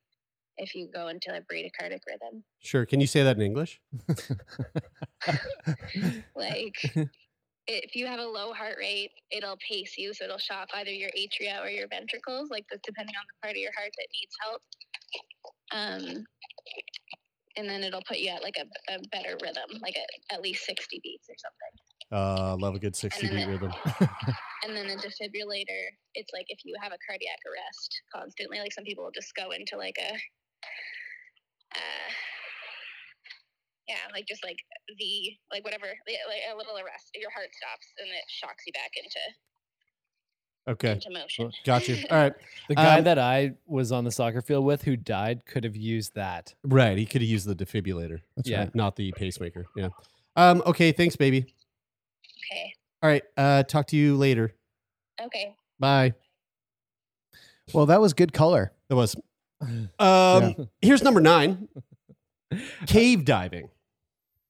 Speaker 4: if you go into a bradycardic rhythm.
Speaker 1: Sure. Can you say that in English?
Speaker 4: Like, if you have a low heart rate, it'll pace you, so it'll shock either your atria or your ventricles, like the, depending on the part of your heart that needs help. Um, and then it'll put you at like a, a better rhythm, like a, at least 60 beats or something.
Speaker 1: Uh, love a good sixty
Speaker 4: And
Speaker 1: beat
Speaker 4: then
Speaker 1: rhythm.
Speaker 4: And then a defibrillator, it's like if you have a cardiac arrest constantly, like some people will just go into like a, uh, yeah, like just like the, like whatever, li- like a little arrest, your heart stops and it shocks you back into,
Speaker 1: Okay,
Speaker 4: into motion.
Speaker 1: got you. All right,
Speaker 2: The guy
Speaker 1: Um,
Speaker 2: that I was on the soccer field with who died could have used that.
Speaker 1: right. He could have used the defibrillator.
Speaker 3: That's
Speaker 2: yeah.
Speaker 3: right.
Speaker 1: not the pacemaker. Yeah. Um. Okay. Thanks, baby.
Speaker 4: Okay.
Speaker 1: All right. Uh. Talk to you later.
Speaker 4: Okay.
Speaker 1: Bye.
Speaker 3: Well, that was good color.
Speaker 1: That was. Um. Here's number nine. Cave diving.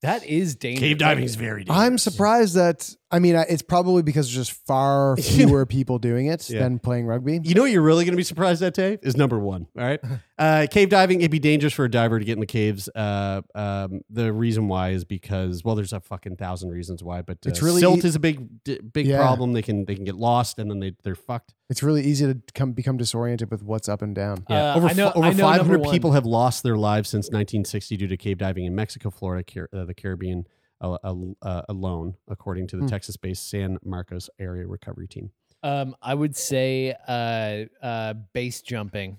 Speaker 2: That is dangerous.
Speaker 1: very
Speaker 3: I'm surprised that I mean I- it's probably because there's just far fewer people doing it
Speaker 1: Yeah.
Speaker 3: than playing rugby.
Speaker 1: You know what you're really going to be surprised at, Dave? Is number one. All right. Uh, cave diving, it'd be dangerous for a diver to get in the caves. Uh, um, the reason why is because, well, there's a fucking thousand reasons why, but uh,
Speaker 3: It's really- e-
Speaker 1: silt is a big, d- big
Speaker 3: Yeah.
Speaker 1: problem. They can, they can get lost and then they, they're fucked.
Speaker 3: It's really easy to come become disoriented with what's up and down.
Speaker 2: Yeah. Uh,
Speaker 1: over
Speaker 2: I know-
Speaker 1: fi- over
Speaker 2: I know number
Speaker 1: 500
Speaker 2: one.
Speaker 1: people have lost their lives since 1960 due to cave diving in Mexico, Florida, Car- uh, the Caribbean uh, al- uh, alone, according to the
Speaker 3: Hmm.
Speaker 1: Texas based San Marcos Area Recovery Team.
Speaker 2: Um, I would say uh, uh, base jumping.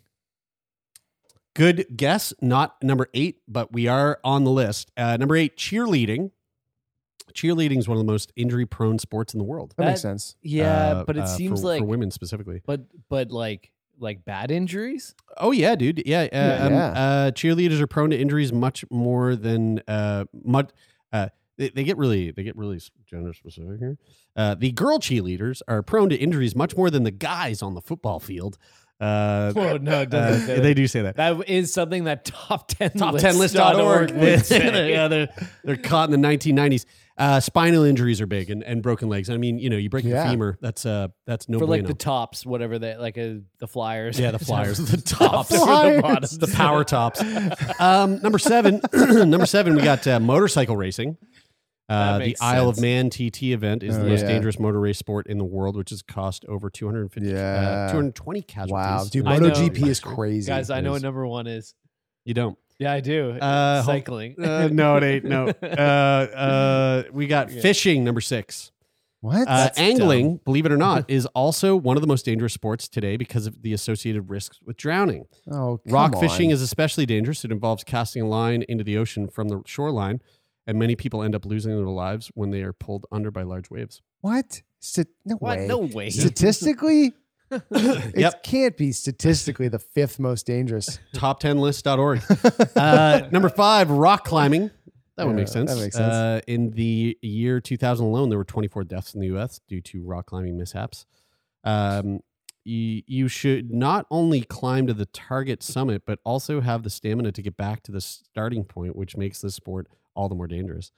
Speaker 1: Good guess, not number eight, but we are on the list. Uh, number eight, cheerleading. Cheerleading is one of the most injury-prone sports in the world.
Speaker 3: That, makes
Speaker 2: That-
Speaker 3: sense.
Speaker 2: Yeah,
Speaker 1: Uh,
Speaker 2: but it
Speaker 1: uh,
Speaker 2: seems
Speaker 1: for,
Speaker 2: like,
Speaker 1: for women specifically.
Speaker 2: but but like like bad injuries.
Speaker 1: Oh yeah, dude. Yeah, uh,
Speaker 3: Yeah,
Speaker 1: um,
Speaker 3: yeah.
Speaker 1: Uh, cheerleaders are prone to injuries much more than uh, much. Uh, they, they get really they get really gender specific here. Uh, the girl cheerleaders are prone to injuries much more than the guys on the football field. Uh,
Speaker 2: Whoa, no, it
Speaker 1: uh,
Speaker 2: doesn't say that.
Speaker 1: they do say that.
Speaker 2: That is something that top ten
Speaker 1: top
Speaker 2: list
Speaker 1: 10 list.org.
Speaker 2: would say.
Speaker 1: yeah, they're, they're caught in the 1990s. Uh, spinal injuries are big and, and broken legs. I mean, you know, you break your
Speaker 3: Yeah.
Speaker 1: femur, that's uh, that's no
Speaker 2: for like the
Speaker 1: bueno.
Speaker 2: tops, whatever they like uh, the flyers.
Speaker 1: yeah, the flyers, the
Speaker 2: tops
Speaker 1: tops,
Speaker 2: or the bottoms.
Speaker 1: the power tops. Um, number seven, number seven, we got uh, motorcycle racing.
Speaker 2: That
Speaker 1: Uh, the
Speaker 2: makes
Speaker 1: Isle of
Speaker 2: sense.
Speaker 1: Man TT event is the
Speaker 3: Oh,
Speaker 1: most
Speaker 3: yeah.
Speaker 1: dangerous motor race sport in the world, which has cost over 250,
Speaker 3: Yeah.
Speaker 1: uh, 220 casualties.
Speaker 3: Wow, dude,
Speaker 2: I know.
Speaker 3: MotoGP is crazy.
Speaker 2: guys, I know
Speaker 1: Yes.
Speaker 2: what number one is.
Speaker 1: You don't.
Speaker 2: Yeah, I do.
Speaker 1: Uh, hold-
Speaker 2: Cycling.
Speaker 1: Uh, no, it ain't. No. Uh, uh, we got
Speaker 2: Yeah.
Speaker 1: fishing, number six.
Speaker 3: what?
Speaker 1: Uh, angling, believe it or not, is also one of the most dangerous sports today because of the associated risks with drowning.
Speaker 3: oh, come
Speaker 1: Rock
Speaker 3: on.
Speaker 1: fishing is especially dangerous. It involves casting a line into the ocean from the shoreline, and many people end up losing their lives when they are pulled under by large waves.
Speaker 3: what? St- no
Speaker 2: what?
Speaker 3: way.
Speaker 2: No way.
Speaker 3: Statistically, it
Speaker 1: Yep.
Speaker 3: can't be statistically the fifth most dangerous.
Speaker 1: Top10list.org. Uh, number five, rock climbing. That would
Speaker 3: Yeah,
Speaker 1: make sense.
Speaker 3: that makes
Speaker 1: Uh, in the year 2000 alone, there were 24 deaths in the U.S. due to rock climbing mishaps. Um, you, you should not only climb to the target summit, but also have the stamina to get back to the starting point, which makes this sport all the more dangerous.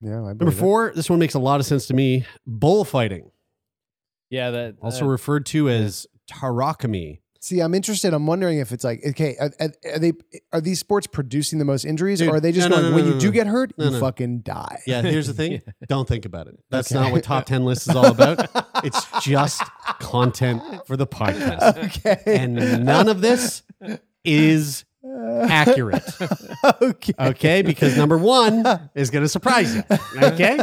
Speaker 3: yeah, I
Speaker 1: Number
Speaker 3: believe it.
Speaker 1: four, this one makes a lot of sense to me bullfighting,
Speaker 2: Yeah, that
Speaker 1: also
Speaker 2: uh,
Speaker 1: referred to as tarakami.
Speaker 3: See, I'm interested. I'm wondering if it's like, okay, are, are- are they are these sports producing the most injuries,
Speaker 1: Dude,
Speaker 3: or are they just
Speaker 1: no, no,
Speaker 3: going
Speaker 1: no,
Speaker 3: when
Speaker 1: no,
Speaker 3: you
Speaker 1: no,
Speaker 3: do
Speaker 1: no.
Speaker 3: get hurt,
Speaker 1: No,
Speaker 3: you
Speaker 1: no.
Speaker 3: fucking die?
Speaker 1: Yeah, here's the thing. Don't think about it. That's
Speaker 3: Okay.
Speaker 1: not what top 10 list is all about. it's just content for the podcast.
Speaker 3: Okay.
Speaker 1: And none of this is accurate.
Speaker 3: okay.
Speaker 1: Okay? Because number one is going to surprise you. Okay?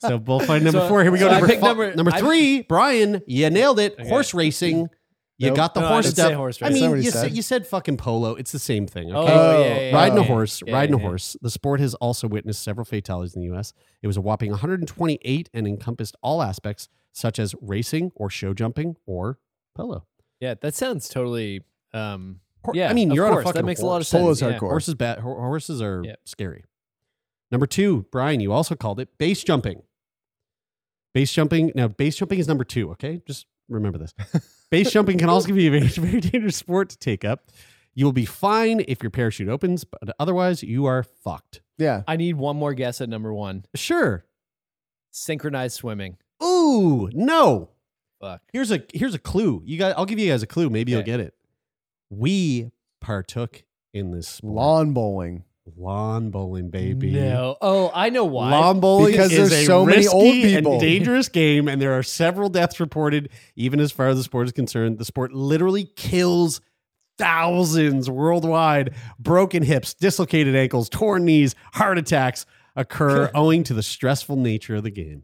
Speaker 1: So bullfighting number
Speaker 2: So-
Speaker 1: four. Here we go.
Speaker 2: so I
Speaker 1: number,
Speaker 2: picked
Speaker 1: fi-
Speaker 2: number-
Speaker 1: number
Speaker 2: I-
Speaker 1: three, Brian, you nailed it.
Speaker 2: Okay.
Speaker 1: Horse racing. You
Speaker 3: Nope.
Speaker 1: got the
Speaker 2: No, I
Speaker 1: horse
Speaker 2: didn't say
Speaker 1: stuff.
Speaker 2: horse
Speaker 1: I
Speaker 2: racing.
Speaker 1: mean,
Speaker 3: Somebody
Speaker 1: you said.
Speaker 3: said.
Speaker 1: you said fucking polo. It's the same thing.
Speaker 2: Oh,
Speaker 1: Okay,
Speaker 2: yeah, yeah, yeah,
Speaker 1: riding a
Speaker 2: yeah.
Speaker 1: horse,
Speaker 2: Yeah,
Speaker 1: riding
Speaker 2: yeah.
Speaker 1: a horse. The sport has also witnessed several fatalities in the U.S. It was a whopping 128 and encompassed all aspects such as racing or show jumping or polo.
Speaker 2: Yeah, that sounds totally. Um,
Speaker 1: Hor-
Speaker 2: yeah,
Speaker 1: I mean,
Speaker 2: of
Speaker 1: you're on a
Speaker 2: course,
Speaker 1: fucking
Speaker 2: That makes a lot of
Speaker 1: horse.
Speaker 2: sense.
Speaker 3: Polo's
Speaker 2: yeah.
Speaker 3: hardcore.
Speaker 1: Horses bad. Horses are
Speaker 2: Yep.
Speaker 1: scary. Number two, Brian, you also called it base jumping. Base jumping. Now, base jumping is number two. Okay, just remember this. Base jumping can also be a very, very dangerous sport to take up. You will be fine if your parachute opens, but otherwise you are fucked.
Speaker 3: Yeah.
Speaker 2: I need one more guess at number one.
Speaker 1: Sure.
Speaker 2: Synchronized swimming.
Speaker 1: Ooh, no.
Speaker 2: Fuck.
Speaker 1: Here's a here's a clue. You guys, I'll give you guys a clue. Maybe
Speaker 2: Okay.
Speaker 1: you'll get it. We partook in this sport.
Speaker 3: Lawn bowling.
Speaker 1: lawn bowling, baby.
Speaker 2: No. Oh, I know why.
Speaker 1: Lawn bowling
Speaker 3: Because
Speaker 1: is
Speaker 3: there's
Speaker 1: a
Speaker 3: so many
Speaker 1: risky
Speaker 3: old people.
Speaker 1: and dangerous game, and there are several deaths reported. Even as far as the sport is concerned, the sport literally kills thousands worldwide. Broken hips, dislocated ankles, torn knees, heart attacks occur owing to the stressful nature of the game.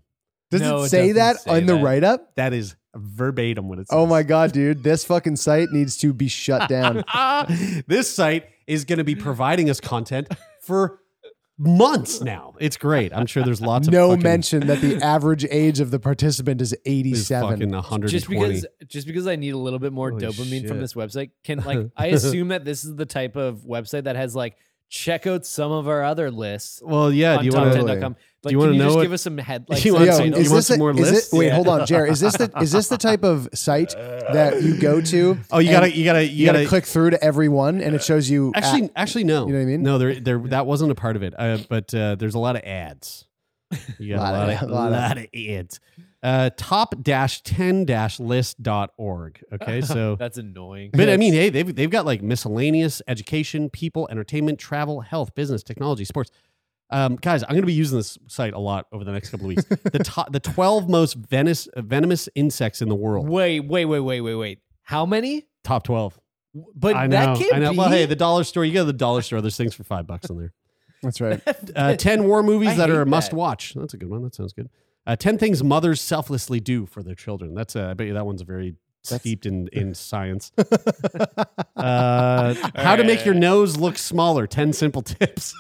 Speaker 3: Does
Speaker 2: No,
Speaker 3: it
Speaker 2: it
Speaker 3: say
Speaker 2: doesn't
Speaker 3: that
Speaker 2: say
Speaker 3: on the
Speaker 2: that.
Speaker 3: write up?
Speaker 1: That is verbatim what it's.
Speaker 3: Oh my god, dude! This fucking site needs to be shut down.
Speaker 1: Ah, this site is going to be providing us content for months now. It's great. I'm sure there's lots of
Speaker 3: no
Speaker 1: fucking-
Speaker 3: mention E that the average age of the participant is
Speaker 1: is fucking
Speaker 3: eighty-seven.
Speaker 1: 120.
Speaker 2: just because just because I need a little bit more
Speaker 1: Holy
Speaker 2: dopamine from
Speaker 1: shit.
Speaker 2: this website, can like I assume that this is the type of website that has like check out some of our other lists
Speaker 1: well, yeah.
Speaker 2: on
Speaker 1: Do you
Speaker 2: top
Speaker 1: want to?
Speaker 3: wanna-
Speaker 2: 10.com. Like,
Speaker 1: you
Speaker 2: can
Speaker 1: wanna
Speaker 2: you
Speaker 1: know
Speaker 2: just
Speaker 1: what-
Speaker 2: give us some head? Like,
Speaker 1: You
Speaker 2: some
Speaker 1: want
Speaker 3: Yo,
Speaker 1: some-
Speaker 2: titles?
Speaker 1: you
Speaker 3: is
Speaker 1: want
Speaker 3: this
Speaker 1: some
Speaker 3: a-
Speaker 1: more
Speaker 3: is
Speaker 1: lists?
Speaker 3: It, wait,
Speaker 1: Yeah.
Speaker 3: hold on, Jer. Is this the is this the type of site that you go to?
Speaker 1: Oh, you
Speaker 3: and
Speaker 1: gotta, you gotta, you,
Speaker 3: you, gotta,
Speaker 1: gotta,
Speaker 3: click through to everyone, and it shows you
Speaker 1: Actually,
Speaker 3: at-
Speaker 1: actually, no.
Speaker 3: You know what I mean?
Speaker 1: No, there, there, that wasn't a part of it. Uh, but uh, there's a lot of ads. You got a lot, of, a lot, of, ads. Uh, top dash ten dash list dot org. Okay, so.
Speaker 2: That's annoying.
Speaker 1: But I mean, hey, they've, they've got like miscellaneous, education, people, entertainment, travel, health, business, technology, sports. Um, guys, I'm going to be using this site a lot over the next couple of weeks. the top, the 12 most venomous, venomous insects in the world.
Speaker 2: wait, wait, wait, wait, wait, wait. How many?
Speaker 1: Top 12.
Speaker 2: But
Speaker 1: I know.
Speaker 2: that can't
Speaker 1: I know.
Speaker 2: be.
Speaker 1: Well, hey, the dollar store. You go to the dollar store. There's things for five bucks in there.
Speaker 3: that's right.
Speaker 1: Uh, ten war movies
Speaker 2: I
Speaker 1: that
Speaker 2: hate
Speaker 1: are a
Speaker 2: that.
Speaker 1: must watch. That's a good one. That sounds good. Uh, ten things mothers selflessly do for their children. That's a, I bet you that one's very steeped in in science. Uh, how to make your nose look smaller. Ten simple tips.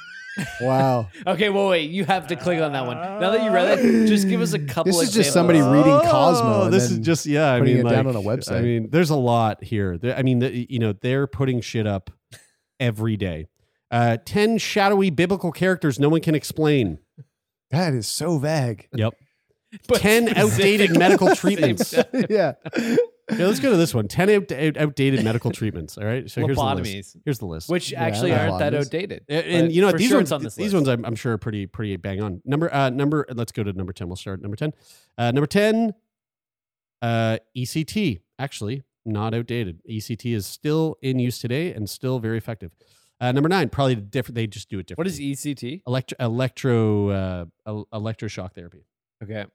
Speaker 3: Wow,
Speaker 2: okay, well, wait. You have to click on that one. Now that you read it, just give us a couple.
Speaker 3: this is just
Speaker 2: examples.
Speaker 3: somebody reading Cosmo.
Speaker 1: Oh,
Speaker 3: and
Speaker 1: this is
Speaker 3: then-
Speaker 1: just yeah. I
Speaker 3: putting
Speaker 1: mean,
Speaker 3: it
Speaker 1: like,
Speaker 3: down on a website.
Speaker 1: I mean, there's a lot here. There- I mean, the, you know, they're putting shit up every day. Uh, ten shadowy biblical characters no one can explain.
Speaker 3: that is so vague.
Speaker 1: Yep.
Speaker 2: But
Speaker 1: 10 outdated medical
Speaker 2: Same
Speaker 1: treatments.
Speaker 2: time.
Speaker 3: yeah,
Speaker 1: Yeah, let's go to this one. 10 out- out- outdated medical treatments. All right. So here's the list.
Speaker 2: Lobotomies.
Speaker 1: Here's the list.
Speaker 2: which
Speaker 3: Yeah,
Speaker 2: actually
Speaker 3: I
Speaker 2: aren't
Speaker 3: love
Speaker 2: that
Speaker 3: this.
Speaker 2: outdated.
Speaker 1: and, and
Speaker 2: But
Speaker 1: you know what?
Speaker 2: for
Speaker 1: These
Speaker 2: sure
Speaker 1: ones
Speaker 2: it's on this
Speaker 1: these
Speaker 2: list.
Speaker 1: ones I'm, I'm sure are pretty pretty bang on. Number uh number let's go to number 10. We'll start at number 10. Uh number 10 uh ECT actually not outdated. ECT is still in use today and still very effective. Uh number 9 probably different they just do it
Speaker 2: What
Speaker 1: differently.
Speaker 2: is E ECT?
Speaker 1: electro electro uh el- electroshock therapy?
Speaker 2: Okay.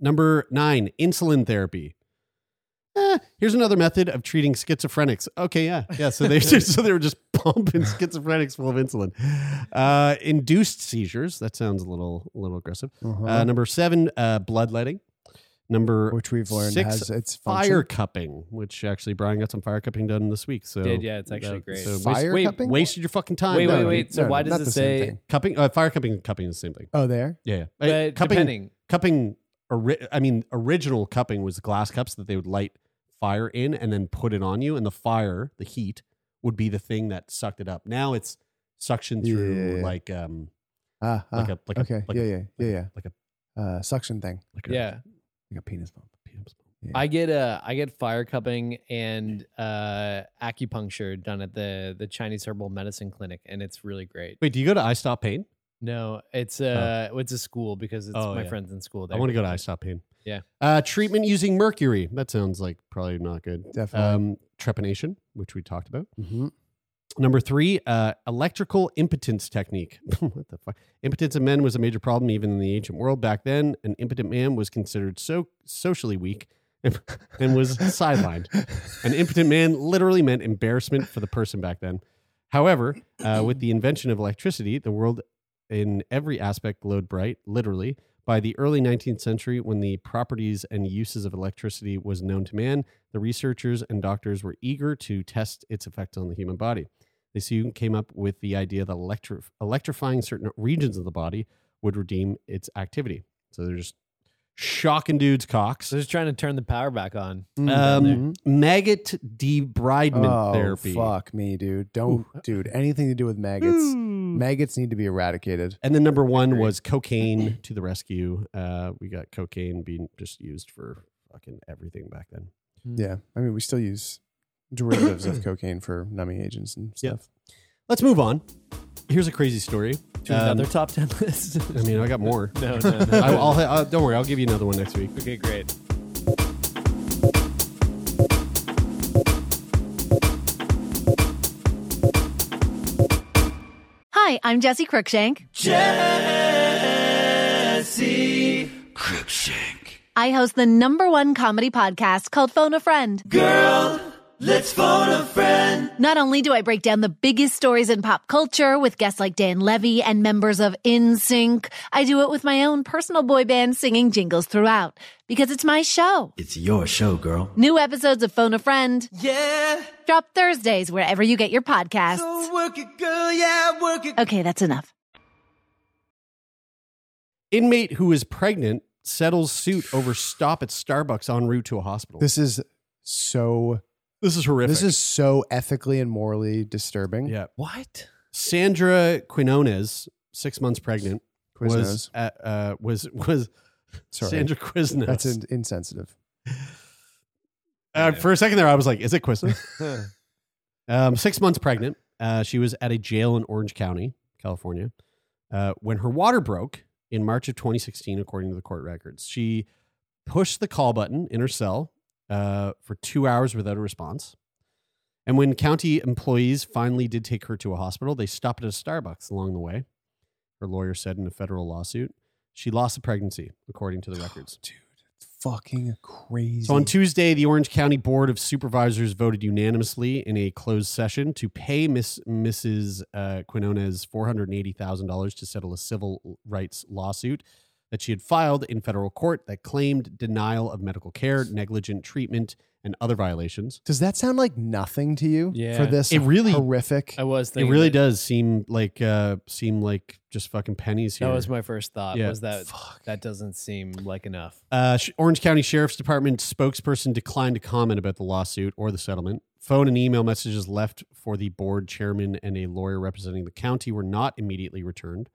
Speaker 1: Number nine, insulin therapy. Eh, here's another method of treating schizophrenics. Okay, yeah, yeah. So they so they were just pumping schizophrenics full of insulin. Uh, induced seizures. That sounds a little a little aggressive.
Speaker 3: Uh-huh.
Speaker 1: Uh, number seven, uh, bloodletting. Number
Speaker 3: which we've learned
Speaker 1: six,
Speaker 3: has its function.
Speaker 1: fire cupping, which actually Brian got some fire cupping done this week. So
Speaker 2: Did, yeah, it's actually great.
Speaker 1: so waste-
Speaker 3: Fire
Speaker 2: wait,
Speaker 3: cupping?
Speaker 1: wasted your fucking time.
Speaker 2: Wait,
Speaker 1: No,
Speaker 2: wait,
Speaker 1: no,
Speaker 2: wait. So why does
Speaker 3: not
Speaker 2: it
Speaker 3: the same
Speaker 2: say-
Speaker 3: thing.
Speaker 1: Cupping, uh, fire cupping, and cupping is the same thing.
Speaker 3: Oh, there.
Speaker 1: Yeah, yeah. Uh,
Speaker 2: But depending.
Speaker 1: cupping ori- i mean original cupping was glass cups that they would light fire in and then put it on you and the fire the heat would be the thing that sucked it up now it's suction through
Speaker 3: Yeah.
Speaker 1: like um
Speaker 3: Ah, ah,
Speaker 1: like a like
Speaker 3: okay.
Speaker 1: a like
Speaker 3: yeah,
Speaker 1: a,
Speaker 3: yeah, yeah, yeah.
Speaker 1: like a
Speaker 3: Uh, suction thing,
Speaker 1: like a
Speaker 2: Yeah.
Speaker 3: like a penis bump.
Speaker 2: I get uh I get fire cupping and uh acupuncture done at the the Chinese herbal medicine clinic and it's really great.
Speaker 1: wait do you go to i stop pain
Speaker 2: No, it's uh it's a school because it's
Speaker 1: Oh,
Speaker 2: my
Speaker 1: yeah.
Speaker 2: friends in school there.
Speaker 1: i want to go to i stop pain
Speaker 2: Yeah.
Speaker 1: uh treatment using mercury that sounds like probably not good
Speaker 3: Definitely.
Speaker 1: um trepanation which we talked about
Speaker 3: Mhm.
Speaker 1: Number three, uh, electrical impotence technique. what the fuck? Impotence in men was a major problem even in the ancient world. Back then, an impotent man was considered so socially weak and, Uh, and was sidelined.
Speaker 3: Mm,
Speaker 1: An impotent man literally meant embarrassment for the person back then. However, uh, with the invention of electricity, the world in every aspect glowed bright, literally. By the early 19th century, when the properties and uses of electricity was known to man, the researchers and doctors were eager to test its effects on the human body. They soon came up with the idea that electri- electrifying certain regions of the body would redeem its activity. So they're just shocking dudes' cocks.
Speaker 2: So just trying to turn the power back on.
Speaker 1: Um, maggot debridement
Speaker 3: oh,
Speaker 1: therapy.
Speaker 3: fuck me, dude. Don't, dude. Anything to do with maggots. Maggots need to be eradicated.
Speaker 1: And then number one was cocaine to the rescue. Uh, we got cocaine being just used for fucking everything back then.
Speaker 3: Yeah. I mean, we still use derivatives of cocaine for numbing agents and
Speaker 1: Yep.
Speaker 3: stuff.
Speaker 1: Let's move on. Here's a crazy story.
Speaker 2: to
Speaker 1: Um,
Speaker 2: another top ten list.
Speaker 1: I mean, I got more.
Speaker 2: no, no, no.
Speaker 1: I, I'll, I'll, don't worry, I'll give you another one next week.
Speaker 2: okay, great.
Speaker 5: Hi, I'm Jesse Cruikshank. Jesse Cruikshank. I host the number one comedy podcast called Phone a Friend. Girl, let's phone a friend. Not only do I break down the biggest stories in pop culture with guests like Dan Levy and members of InSync, I do it with my own personal boy band singing jingles throughout because it's my show.
Speaker 6: It's your show, girl.
Speaker 5: New episodes of Phone a Friend. Yeah. Drop Thursdays wherever you get your podcasts.
Speaker 6: work it, girl, yeah, work it.
Speaker 5: Okay, that's enough.
Speaker 1: Inmate who is pregnant settles suit over stop at Starbucks en route to a hospital.
Speaker 3: This is so
Speaker 1: this is horrific.
Speaker 3: this is so ethically and morally disturbing.
Speaker 1: yeah.
Speaker 2: What?
Speaker 1: Sandra Quinones, six months pregnant, was
Speaker 3: Quiznos.
Speaker 1: at, uh, was was
Speaker 3: Sorry.
Speaker 1: Sandra Quiznos.
Speaker 3: That's in- insensitive.
Speaker 1: Uh, for a second there, I was like, "Is it Quiznos?" um, six months pregnant, uh, she was at a jail in Orange County, California, uh, when her water broke in March of 2016, according to the court records. She pushed the call button in her cell uh, for two hours without a response. And when county employees finally did take her to a hospital, they stopped at a Starbucks along the way. Her lawyer said in a federal lawsuit, she lost the pregnancy, according to the records.
Speaker 3: Dude, it's fucking crazy.
Speaker 1: So on Tuesday, the Orange County Board of Supervisors voted unanimously in a closed session to pay Miss Mrs. Uh, Quinones four hundred eighty thousand dollars to settle a civil rights lawsuit that she had filed in federal court that claimed denial of medical care, negligent treatment, and other violations.
Speaker 3: Does that sound like nothing to you
Speaker 2: Yeah.
Speaker 3: for this
Speaker 1: It really-
Speaker 3: horrific?
Speaker 2: I was.
Speaker 1: It
Speaker 2: Thinking
Speaker 1: really
Speaker 2: that,
Speaker 1: does seem like uh, seem like just fucking pennies here.
Speaker 2: That was my first thought.
Speaker 1: Yeah.
Speaker 2: Was that that doesn't seem like enough?
Speaker 1: Uh, Sh- Orange County Sheriff's Department spokesperson declined to comment about the lawsuit or the settlement. Phone and email messages left for the board chairman and a lawyer representing the county were not immediately returned.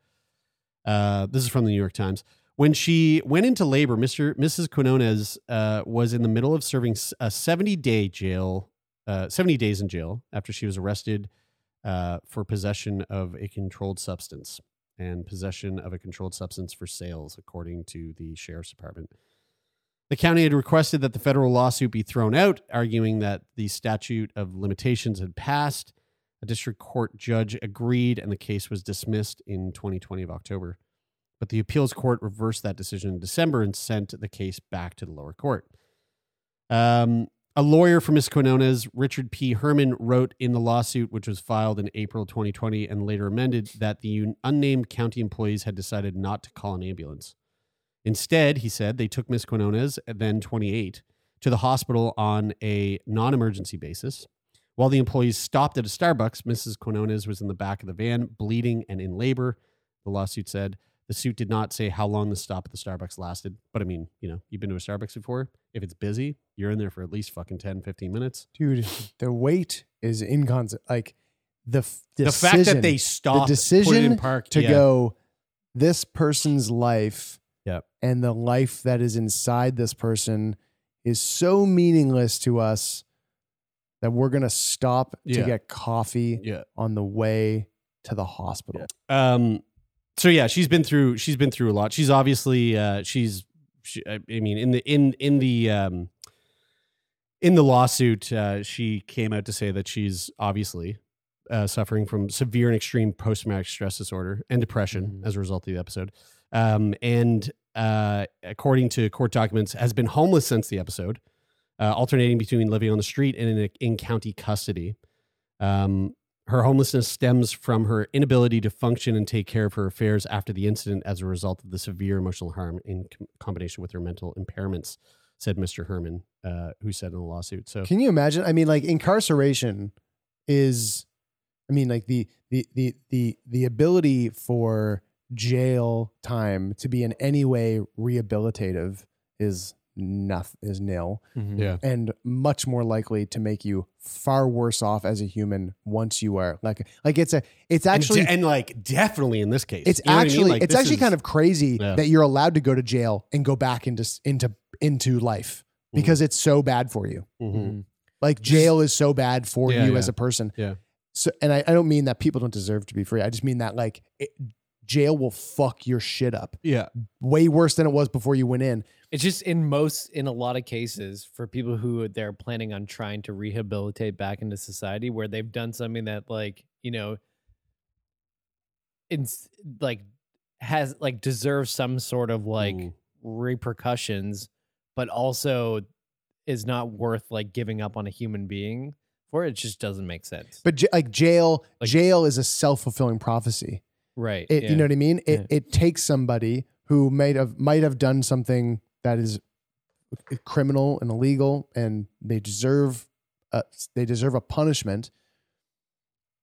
Speaker 1: Uh, this is from the New York Times. When she went into labor, Mr. Mrs. Quinones uh, was in the middle of serving s- a 70 day jail, uh, 70 days in jail after she was arrested uh, for possession of a controlled substance and possession of a controlled substance for sales, according to the sheriff's department. The county had requested that the federal lawsuit be thrown out, arguing that the statute of limitations had passed. A district court judge agreed, and the case was dismissed in 2020 of October. But the appeals court reversed that decision in December and sent the case back to the lower court. Um, a lawyer for Ms. Quinones, Richard P. Herman, wrote in the lawsuit, which was filed in April 2020 and later amended, that the un- unnamed county employees had decided not to call an ambulance. Instead, he said they took Ms. Quinones, uh, then 28, to the hospital on a non emergency basis. While the employees stopped at a Starbucks, Mrs. Quinones was in the back of the van, bleeding and in labor, the lawsuit said. The suit did not say how long the stop at the Starbucks lasted, but I mean, you know, you've been to a Starbucks before. If it's busy, you're in there for at least fucking 10, 15 minutes.
Speaker 3: Dude, the weight is incons like the f-
Speaker 1: the fact
Speaker 3: decision
Speaker 1: that they stopped put it
Speaker 3: decision
Speaker 1: in park
Speaker 3: to
Speaker 1: yeah.
Speaker 3: go this person's life
Speaker 1: Yep.
Speaker 3: and the life that is inside this person is so meaningless to us that we're going to stop
Speaker 1: Yeah.
Speaker 3: to get coffee
Speaker 1: Yeah.
Speaker 3: on the way to the hospital.
Speaker 1: Um. So yeah, she's been through. She's been through a lot. She's obviously. Uh. She's. She, I I mean, in the in in the um. In the lawsuit, uh, she came out to say that she's obviously uh, suffering from severe and extreme post traumatic stress disorder and depression as a result of the episode. Um, and uh, according to court documents, has been homeless since the episode, uh, alternating between living on the street and in, in county custody. Um, her homelessness stems from her inability to function and take care of her affairs after the incident as a result of the severe emotional harm in com- combination with her mental impairments, said Mr. Herman, uh, who said in the lawsuit. So,
Speaker 3: Can you imagine? I mean, like incarceration is, I mean, like the the the the the ability for jail time to be in any way rehabilitative is nothing is nil
Speaker 1: Mhm. Yeah.
Speaker 3: and much more likely to make you far worse off as a human once you are like like it's a it's actually
Speaker 1: and, de- and, like definitely in this case,
Speaker 3: it's
Speaker 1: You know what I mean?
Speaker 3: actually
Speaker 1: Like,
Speaker 3: it's
Speaker 1: this
Speaker 3: actually
Speaker 1: is-
Speaker 3: kind of crazy
Speaker 1: Yeah.
Speaker 3: that you're allowed to go to jail and go back into s- into into life
Speaker 1: Mm.
Speaker 3: because it's so bad for you.
Speaker 1: Mhm.
Speaker 3: Like jail is so bad for
Speaker 1: Yeah,
Speaker 3: you
Speaker 1: yeah.
Speaker 3: as a person.
Speaker 1: Yeah.
Speaker 3: So, and I, I don't mean that people don't deserve to be free. I just mean that like it, jail will fuck your shit up
Speaker 1: yeah.
Speaker 3: way worse than it was before you went in.
Speaker 2: It's just in most, in a lot of cases, for people who they're planning on trying to rehabilitate back into society, where they've done something that, like, you know, it's like has like deserves some sort of like
Speaker 3: Mm.
Speaker 2: repercussions, but also is not worth like giving up on a human being for. It just doesn't make sense,
Speaker 3: But j- like jail,
Speaker 2: Like-
Speaker 3: jail is a self fulfilling prophecy.
Speaker 2: right?
Speaker 3: It, You know what I mean? It
Speaker 2: Yeah.
Speaker 3: it takes somebody who might have might have done something that is criminal and illegal, and they deserve a, they deserve a punishment.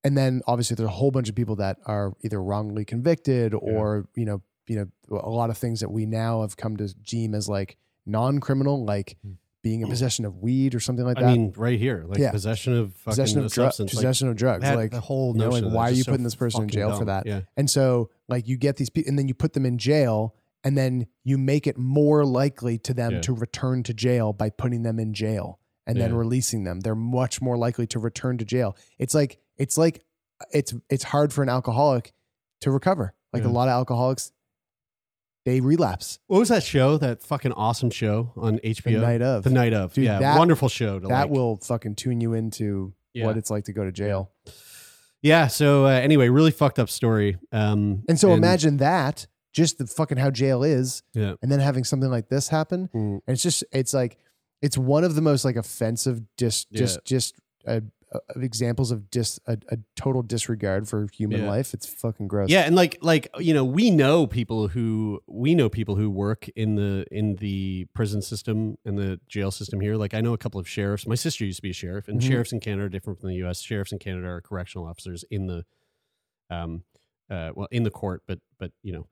Speaker 3: And then obviously there's a whole bunch of people that are either wrongly convicted or you know you know a lot of things that we now have come to deem as like non criminal, like being in possession of weed or something like
Speaker 1: Hmm. I
Speaker 3: that.
Speaker 1: mean, right here, like
Speaker 3: Yeah.
Speaker 1: possession of fucking
Speaker 3: possession
Speaker 1: a
Speaker 3: of drugs,
Speaker 1: substance, like,
Speaker 3: possession of drugs,
Speaker 1: that-
Speaker 3: like
Speaker 1: the whole
Speaker 3: you know,
Speaker 1: notion.
Speaker 3: like
Speaker 1: of that
Speaker 3: why are
Speaker 1: is
Speaker 3: you
Speaker 1: so
Speaker 3: putting this person in
Speaker 1: fucking
Speaker 3: jail for
Speaker 1: dumb.
Speaker 3: that?
Speaker 1: Yeah.
Speaker 3: And so, like, you get these people, and then you put them in jail, and then you make it more likely to them
Speaker 1: Yeah.
Speaker 3: to return to jail by putting them in jail and then
Speaker 1: Yeah.
Speaker 3: releasing them. They're much more likely to return to jail. It's like it's like it's it's hard for an alcoholic to recover. Like a
Speaker 1: Yeah.
Speaker 3: lot of alcoholics, they relapse.
Speaker 1: What was that show? That fucking awesome show on HBO.
Speaker 3: Night Of.
Speaker 1: The night of.
Speaker 3: Dude,
Speaker 1: yeah,
Speaker 3: that-
Speaker 1: wonderful show. To
Speaker 3: That
Speaker 1: like.
Speaker 3: will fucking tune you into
Speaker 1: Yeah.
Speaker 3: what it's like to go to jail.
Speaker 1: Yeah. So uh, anyway, really fucked up story. Um,
Speaker 3: And so imagine that, just the fucking how jail is,
Speaker 1: Yeah.
Speaker 3: and then having something like this happen.
Speaker 1: Mm.
Speaker 3: And it's just, it's like, it's one of the most like offensive, just,
Speaker 1: Yeah.
Speaker 3: just, just uh, uh, examples of just a, a total disregard for human
Speaker 1: Yeah.
Speaker 3: life. It's fucking gross.
Speaker 1: Yeah, and like like you know, we know people who we know people who work in the in the prison system and the jail system here. Like I know a couple of sheriffs. My sister used to be a sheriff, and
Speaker 2: Mhm.
Speaker 1: sheriffs in Canada are different from the U.S. Sheriffs in Canada are correctional officers in the, um, uh, well, in the court, but but you know,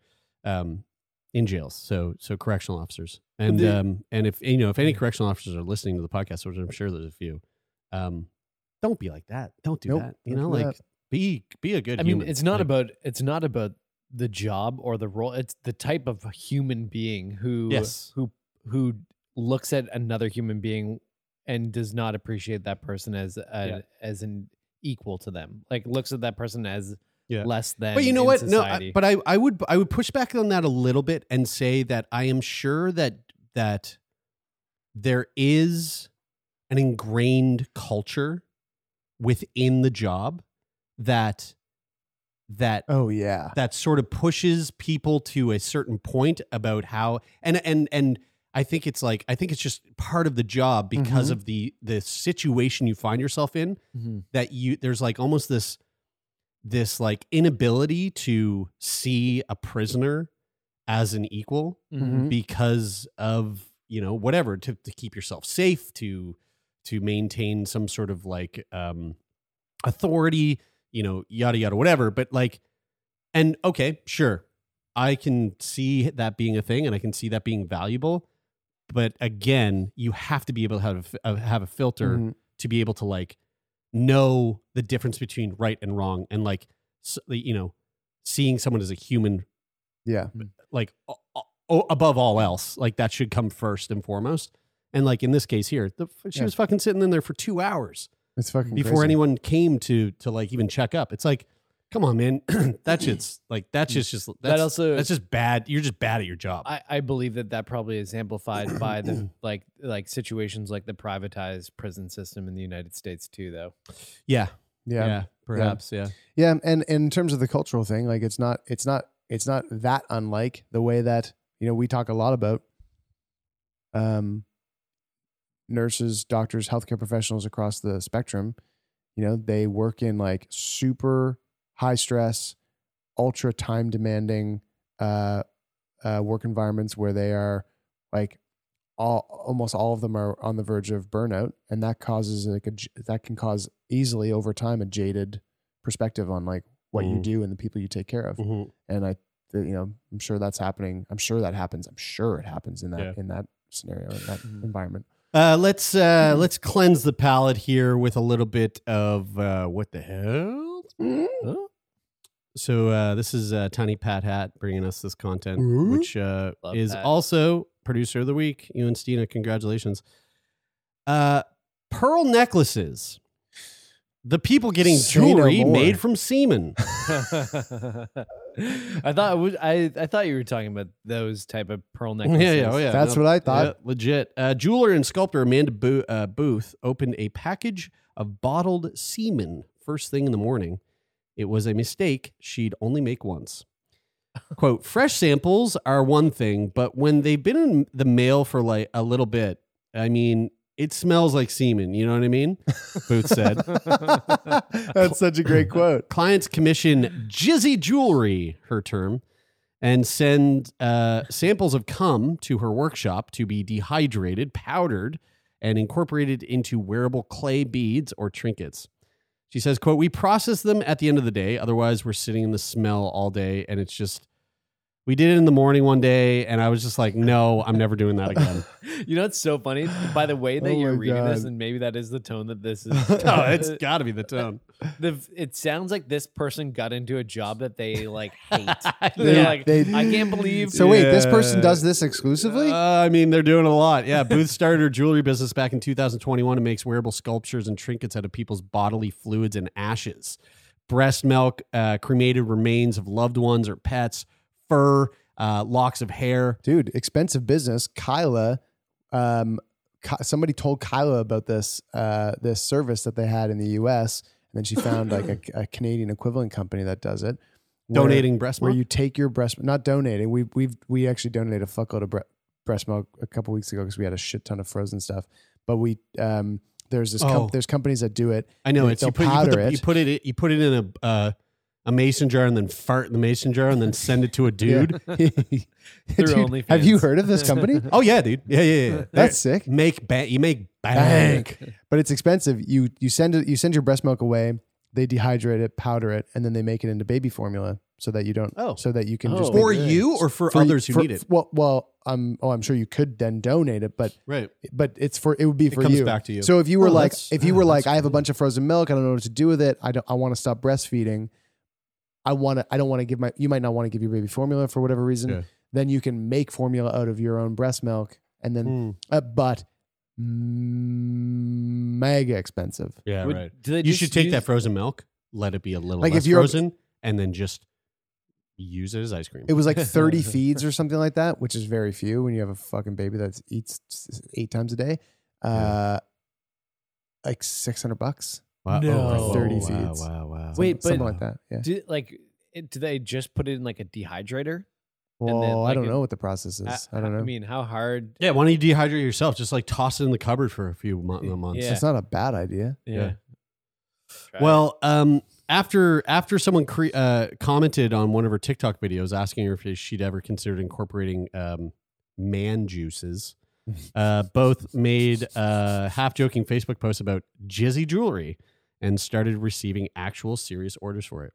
Speaker 1: um, in jails. So so correctional officers, and
Speaker 2: the-
Speaker 1: um, and if you know if any correctional officers are listening to the podcast, which I'm sure there's a few, um, don't be like that. Don't do
Speaker 3: Nope,
Speaker 1: that. You
Speaker 3: don't
Speaker 1: know,
Speaker 3: do
Speaker 1: like.
Speaker 3: that.
Speaker 1: Be be a good.
Speaker 2: I mean,
Speaker 1: human.
Speaker 2: it's not
Speaker 1: Like,
Speaker 2: about it's not about the job or the role. It's the type of human being who
Speaker 1: Yes.
Speaker 2: who who looks at another human being and does not appreciate that person as a,
Speaker 1: Yeah.
Speaker 2: as an equal to them. Like looks at that person as
Speaker 1: Yeah.
Speaker 2: less than.
Speaker 1: But you know
Speaker 2: in
Speaker 1: what? No,
Speaker 2: Society.
Speaker 1: I, but I, I would I would push back on that a little bit and say that I am sure that that there is an ingrained culture within the job that that
Speaker 3: Oh yeah.
Speaker 1: that sort of pushes people to a certain point about how and and and I think it's like I think it's just part of the job because
Speaker 2: Mhm.
Speaker 1: of the the situation you find yourself in
Speaker 2: Mhm.
Speaker 1: that you there's like almost this this like inability to see a prisoner as an equal
Speaker 3: Mm-hmm.
Speaker 2: Mhm.
Speaker 1: because of you know whatever to, to keep yourself safe to to maintain some sort of like um authority you know yada yada whatever but like and okay sure i can see that being a thing and i can see that being valuable but again you have to be able to have a, uh, have a filter
Speaker 3: Mhm.
Speaker 1: to be able to like know the difference between right and wrong and like s- you know seeing someone as a human
Speaker 3: Yeah.
Speaker 1: like o- o- above all else like that should come first and foremost and like in this case here the, she
Speaker 3: Yeah.
Speaker 1: was fucking sitting in there for two hours
Speaker 3: It's fucking
Speaker 1: before
Speaker 3: crazy.
Speaker 1: anyone came to to like even check up it's like come on man that shit's like that shit's just that's,
Speaker 2: That also
Speaker 1: that's just bad you're just bad at your job
Speaker 2: I, I believe that that probably is amplified by the like like situations like the privatized prison system in the United States too, though.
Speaker 1: yeah
Speaker 3: Yeah. yeah.
Speaker 1: perhaps yeah
Speaker 3: Yeah, and, and in terms of the cultural thing, like it's not it's not it's not that unlike the way that you know we talk a lot about um nurses, doctors, healthcare professionals across the spectrum. You know, they work in like super high stress, ultra time demanding uh, uh, work environments where they are like all almost all of them are on the verge of burnout, and that causes like a j- that can cause easily over time a jaded perspective on like what you
Speaker 1: Mhm.
Speaker 3: do and the people you take care of.
Speaker 1: Mhm.
Speaker 3: uh, And I, you know, I'm sure that's happening. I'm sure that happens. I'm sure it happens in that
Speaker 1: Yeah.
Speaker 3: in that scenario in that environment.
Speaker 1: Uh, let's uh, let's cleanse the palate here with a little bit of uh, what the hell?
Speaker 3: Mm-hmm.
Speaker 1: Huh? So uh, this is uh, Tiny Pat Hat bringing us this content,
Speaker 3: Ooh.
Speaker 1: which uh,
Speaker 2: Love
Speaker 1: is
Speaker 2: Pat.
Speaker 1: also producer of the week. You and Stina, congratulations. Uh, pearl necklaces. The people getting
Speaker 3: Say no
Speaker 1: jewelry
Speaker 3: more.
Speaker 1: made from semen.
Speaker 2: I thought I, was, I I thought you were talking about those type of pearl
Speaker 1: Yeah,
Speaker 2: necklaces.
Speaker 1: yeah, oh, yeah.
Speaker 3: That's what I thought.
Speaker 1: Yeah, legit. Uh, jeweler and sculptor Amanda Bo- uh, Booth opened a package of bottled semen first thing in the morning. It was a mistake she'd only make once. Quote, fresh samples are one thing, but when they've been in the mail for like a little bit, I mean, it smells like semen. You know what I mean? Booth said.
Speaker 3: That's such a great quote.
Speaker 1: Clients commission jizzy jewelry, her term, and send uh, samples of cum to her workshop to be dehydrated, powdered, and incorporated into wearable clay beads or trinkets. She says, quote, we process them at the end of the day. Otherwise, we're sitting in the smell all day. And it's just, we did it in the morning one day. And I was just like, no, I'm never doing that again.
Speaker 2: You know, it's so funny. By the way that
Speaker 3: Oh
Speaker 2: you're
Speaker 3: my
Speaker 2: reading this,
Speaker 3: God.
Speaker 2: and maybe that is the tone that this is.
Speaker 1: no, it's got to be the tone.
Speaker 2: the, it sounds like this person got into a job that they like hate. They're
Speaker 3: Yeah.
Speaker 2: like,
Speaker 3: They-
Speaker 2: I can't believe.
Speaker 3: So wait, this person
Speaker 1: Yeah.
Speaker 3: does this exclusively?
Speaker 1: Uh, I mean, they're doing a lot. Yeah, Booth started her jewelry business back in 2021 and makes wearable sculptures and trinkets out of people's bodily fluids and ashes, breast milk, uh, cremated remains of loved ones or pets, fur, uh, locks of hair.
Speaker 3: Dude, expensive business. Kyla, um, Ki- somebody told Kyla about this uh, this service that they had in the U.S. and then she found like a, a Canadian equivalent company that does it. where-
Speaker 1: Donating breast
Speaker 3: where
Speaker 1: milk?
Speaker 3: you take your breast not donating we we've we actually donated a fuckload of bre- breast milk a couple weeks ago because we had a shit ton of frozen stuff but we um there's this com-
Speaker 1: Oh.
Speaker 3: there's companies that do it
Speaker 1: I know
Speaker 3: They-
Speaker 1: it's you
Speaker 3: they'll
Speaker 1: put, you put
Speaker 3: powder
Speaker 1: the- you
Speaker 3: it.
Speaker 1: put it you put it in a uh, a mason jar and then fart in the mason jar and then send it to a
Speaker 3: Yeah.
Speaker 1: dude.
Speaker 3: Dude,
Speaker 2: OnlyFans.
Speaker 3: have you heard of this company
Speaker 1: Oh yeah, dude. Yeah, yeah, yeah.
Speaker 3: that's sick
Speaker 1: make bank. You make bank.
Speaker 3: but it's expensive you you send it you send your breast milk away they dehydrate it powder it and then they make it into baby formula so that you don't
Speaker 1: Oh.
Speaker 3: so that you can just
Speaker 2: Oh.
Speaker 1: For
Speaker 3: make-
Speaker 1: you or for,
Speaker 3: for-
Speaker 1: others who
Speaker 3: for-
Speaker 1: need it.
Speaker 3: well well um oh i'm sure you could then donate it but
Speaker 1: Right.
Speaker 3: but it's for it would be
Speaker 1: It
Speaker 3: for
Speaker 1: comes
Speaker 3: you.
Speaker 1: back to you.
Speaker 3: So if you were
Speaker 1: Oh,
Speaker 3: like,
Speaker 1: that's-
Speaker 3: if you
Speaker 1: yeah,
Speaker 3: were
Speaker 1: that's
Speaker 3: like, I have a
Speaker 1: cool.
Speaker 3: bunch of frozen milk, I don't know what to do with it. I don't, I want to stop breastfeeding. I want to, I don't want to give my, you might not want to give your baby formula for whatever reason.
Speaker 1: Yeah.
Speaker 3: Then you can make formula out of your own breast milk, and then,
Speaker 1: Mm.
Speaker 3: uh, but mm, mega expensive.
Speaker 1: Yeah,
Speaker 2: Would-
Speaker 1: right.
Speaker 2: do they
Speaker 1: You
Speaker 2: just
Speaker 1: should take that
Speaker 2: use-
Speaker 1: frozen milk, let it be a little
Speaker 3: Like,
Speaker 1: less
Speaker 3: if you're-
Speaker 1: frozen, and then just use it as ice cream.
Speaker 3: It was like thirty feeds or something like that, which is very few when you have a fucking baby that eats eight times a day. Uh, like six hundred bucks,
Speaker 1: wow.
Speaker 2: No.
Speaker 1: wow,
Speaker 3: 30
Speaker 1: wow,
Speaker 3: feeds.
Speaker 1: Wow, wow.
Speaker 2: Wait,
Speaker 3: Some- something
Speaker 2: but-
Speaker 3: like that. Yeah.
Speaker 2: Do, like, it- do they just put it in like a dehydrator?
Speaker 3: Well,
Speaker 2: then,
Speaker 3: I
Speaker 2: like,
Speaker 3: don't
Speaker 2: it-
Speaker 3: know what the process is. I, don't know.
Speaker 2: I mean, how hard?
Speaker 1: Yeah, why don't you dehydrate yourself? Just like toss it in the cupboard for a few mon-
Speaker 2: Yeah.
Speaker 1: months.
Speaker 3: It's not a bad idea.
Speaker 1: Yeah.
Speaker 2: Try
Speaker 1: Well, um, after after someone cre- uh, commented on one of her TikTok videos asking her if she'd ever considered incorporating um, man juices, uh, both made uh, half joking Facebook posts about jizzy jewelry and started receiving actual serious orders for it.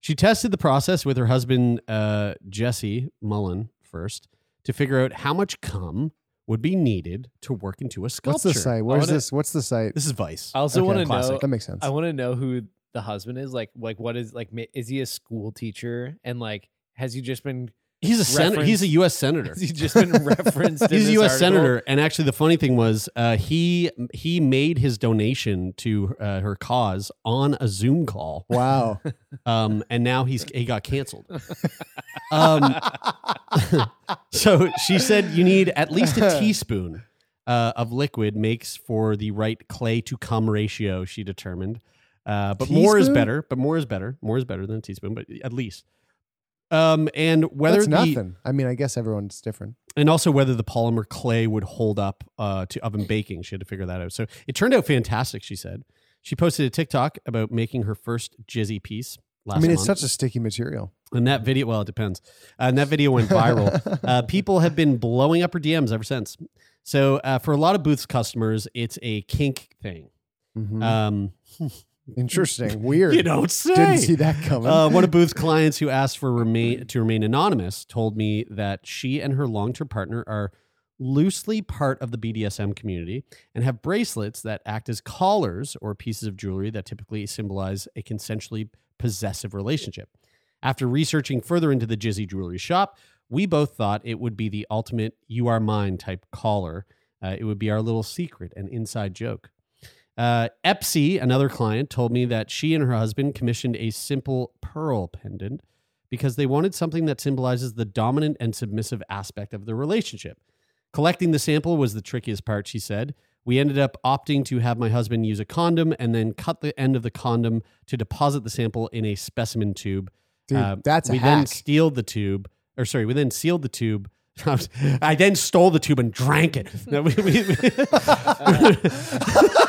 Speaker 1: She tested the process with her husband uh, Jesse Mullen first to figure out how much cum would be needed to work into a
Speaker 3: What's
Speaker 1: sculpture.
Speaker 3: the site? Where's
Speaker 2: wanna-
Speaker 3: this? What's the site?
Speaker 1: This is Vice.
Speaker 2: I also
Speaker 3: Okay,
Speaker 2: want to
Speaker 1: classic.
Speaker 2: know.
Speaker 3: that makes sense.
Speaker 2: I want to know who the husband is. Like, like what is like? ma- Is he a school teacher? And like, has he just been?
Speaker 1: He's a senator. He's a
Speaker 2: Reference-
Speaker 1: U.S. senator.
Speaker 2: Has he just been referenced? in
Speaker 1: He's a
Speaker 2: this
Speaker 1: U.S.
Speaker 2: article?
Speaker 1: senator, and actually, the funny thing was, uh, he he made his donation to uh, her cause on a Zoom call,
Speaker 3: wow.
Speaker 1: um, and now he's he got canceled. Um, so she said, you need at least a teaspoon uh, of liquid makes for the right clay to cum ratio. She determined, uh, but more is
Speaker 3: Teaspoon?
Speaker 1: better. But more is better. More is better than a teaspoon, but at least. Um, and whether
Speaker 3: That's
Speaker 1: the,
Speaker 3: nothing. I mean, I guess everyone's different.
Speaker 1: and also whether the polymer clay would hold up uh, to oven baking. She had to figure that out. So it turned out fantastic. She said she posted a TikTok about making her first jizzy piece. Last
Speaker 3: I mean,
Speaker 1: month.
Speaker 3: it's such a sticky material.
Speaker 1: and that video. Well, it depends. Uh, and that video went viral. uh, people have been blowing up her DMs ever since. So uh, for a lot of Booth's customers, it's a kink thing.
Speaker 3: Mhm.
Speaker 1: Um,
Speaker 3: Interesting. Weird.
Speaker 1: you don't say.
Speaker 3: Didn't see that coming.
Speaker 1: Uh, one of Booth's clients who asked for remain to remain anonymous told me that she and her long-term partner are loosely part of the BDSM community and have bracelets that act as collars or pieces of jewelry that typically symbolize a consensually possessive relationship. After researching further into the Jizzy Jewelry Shop, we both thought it would be the ultimate you are mine type collar. Uh, it would be our little secret, an inside joke. Uh, Epsy, another client, told me that she and her husband commissioned a simple pearl pendant because they wanted something that symbolizes the dominant and submissive aspect of the relationship. Collecting the sample was the trickiest part, she said. We ended up opting to have my husband use a condom and then cut the end of the condom to deposit the sample in a specimen tube. Uh,
Speaker 3: Dude, that's a
Speaker 1: we then
Speaker 3: hack.
Speaker 1: sealed the tube, or sorry, we then sealed the tube. I then stole the tube and drank it. No, we- we-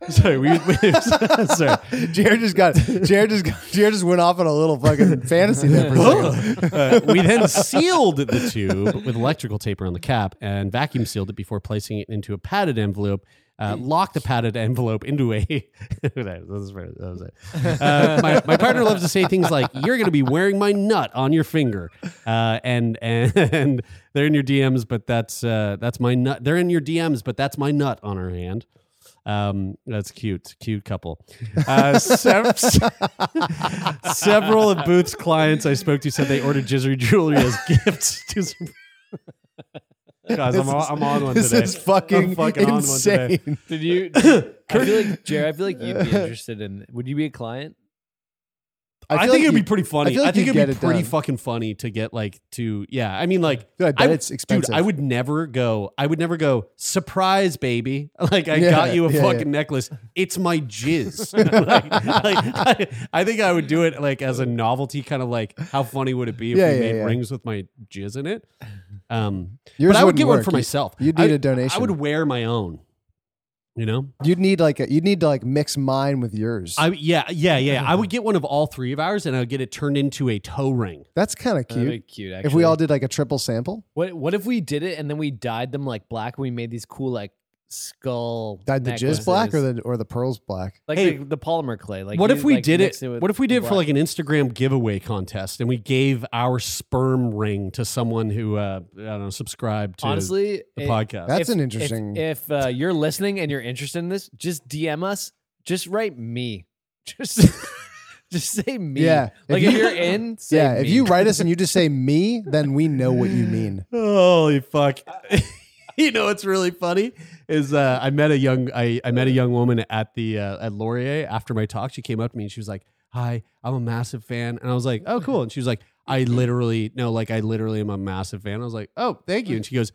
Speaker 1: we- sorry, we, we- sorry.
Speaker 3: Jared just got Jared just got, Jared just went off on a little fucking fantasy there for a second.
Speaker 1: Uh, we then sealed the tube with electrical tape around the cap and vacuum sealed it before placing it into a padded envelope. Uh, locked the padded envelope into a. that was, that was it. Uh, my, my partner loves to say things like, "You're going to be wearing my nut on your finger," uh, and and and they're in your DMs, but that's uh, that's my nut. They're in your DMs, but that's my nut on her hand. Um, that's cute, cute couple. Uh, sev- several of Booth's clients I spoke to said they ordered jizzery jewelry as gifts. To some- Guys,
Speaker 3: This
Speaker 1: I'm, on,
Speaker 3: is-
Speaker 1: I'm on one
Speaker 3: this
Speaker 1: today.
Speaker 3: is fucking
Speaker 1: I'm fucking on one
Speaker 3: insane.
Speaker 1: today.
Speaker 2: Did you? I feel like Jerry. I feel like you'd be interested in. Would you be a client?
Speaker 1: I,
Speaker 3: feel
Speaker 1: think
Speaker 3: like
Speaker 1: it'd be
Speaker 3: you-
Speaker 1: pretty funny. I,
Speaker 3: feel like
Speaker 1: think
Speaker 3: you'd
Speaker 1: it'd be
Speaker 3: get it
Speaker 1: pretty
Speaker 3: done.
Speaker 1: fucking funny to get like to yeah. I mean like
Speaker 3: Dude, I bet
Speaker 1: w-
Speaker 3: it's expensive.
Speaker 1: Dude, I would never go. I would never go. Surprise, baby! Like I
Speaker 3: Yeah,
Speaker 1: got you a
Speaker 3: yeah,
Speaker 1: fucking
Speaker 3: yeah.
Speaker 1: necklace. It's my jizz. like, like, I, I think I would do it like as a novelty, kind of like how funny would it be if
Speaker 3: Yeah,
Speaker 1: we
Speaker 3: yeah,
Speaker 1: made
Speaker 3: yeah.
Speaker 1: rings with my jizz in it? Um,
Speaker 3: Yours
Speaker 1: but I would
Speaker 3: wouldn't
Speaker 1: get one
Speaker 3: work.
Speaker 1: for
Speaker 3: You-
Speaker 1: myself.
Speaker 3: you'd
Speaker 1: I-
Speaker 3: need a donation.
Speaker 1: I would wear my own. You know.
Speaker 3: You'd need like a, you'd need to like mix mine with yours.
Speaker 1: I yeah yeah yeah. I would get one of all three of ours, and I would get it turned into a toe ring.
Speaker 3: That's kind of
Speaker 2: That'd be
Speaker 3: cute.
Speaker 2: Uh, cute. Actually.
Speaker 3: If we all did like a triple sample,
Speaker 2: What What if we did it and then we dyed them like black? We made these cool like skull.
Speaker 3: dyed the jizz black or
Speaker 2: necklaces?
Speaker 3: the or the pearls black.
Speaker 2: like
Speaker 1: Hey,
Speaker 2: the, the polymer clay? Like
Speaker 1: what
Speaker 2: you,
Speaker 1: if we
Speaker 2: like,
Speaker 1: did it?
Speaker 2: mixed with
Speaker 1: what if we did for
Speaker 2: black?
Speaker 1: like an Instagram giveaway contest, and we gave our sperm ring to someone who uh, I don't know subscribed to
Speaker 2: honestly eh,
Speaker 1: the
Speaker 2: it-
Speaker 1: podcast?
Speaker 3: That's
Speaker 2: if-
Speaker 3: an
Speaker 2: if-
Speaker 3: interesting-
Speaker 2: If, uh, you're listening and you're interested in this, just DM us. Just write me. Just just say me.
Speaker 3: Yeah. If
Speaker 2: Like if,
Speaker 3: you-
Speaker 2: you, are in, say
Speaker 3: yeah, if
Speaker 2: me.
Speaker 3: you write us and you just say me, then we know what you mean.
Speaker 1: Holy fuck!
Speaker 2: Uh,
Speaker 1: you know what's really funny is uh, I met a young I, I met a young woman at the uh, at Laurier after my talk. She came up to me and she was like, "Hi, I'm a massive fan," and I was like, "Oh, cool." And she was like, "I literally no, like I literally am a massive fan." I was like, "Oh, thank you." And she goes.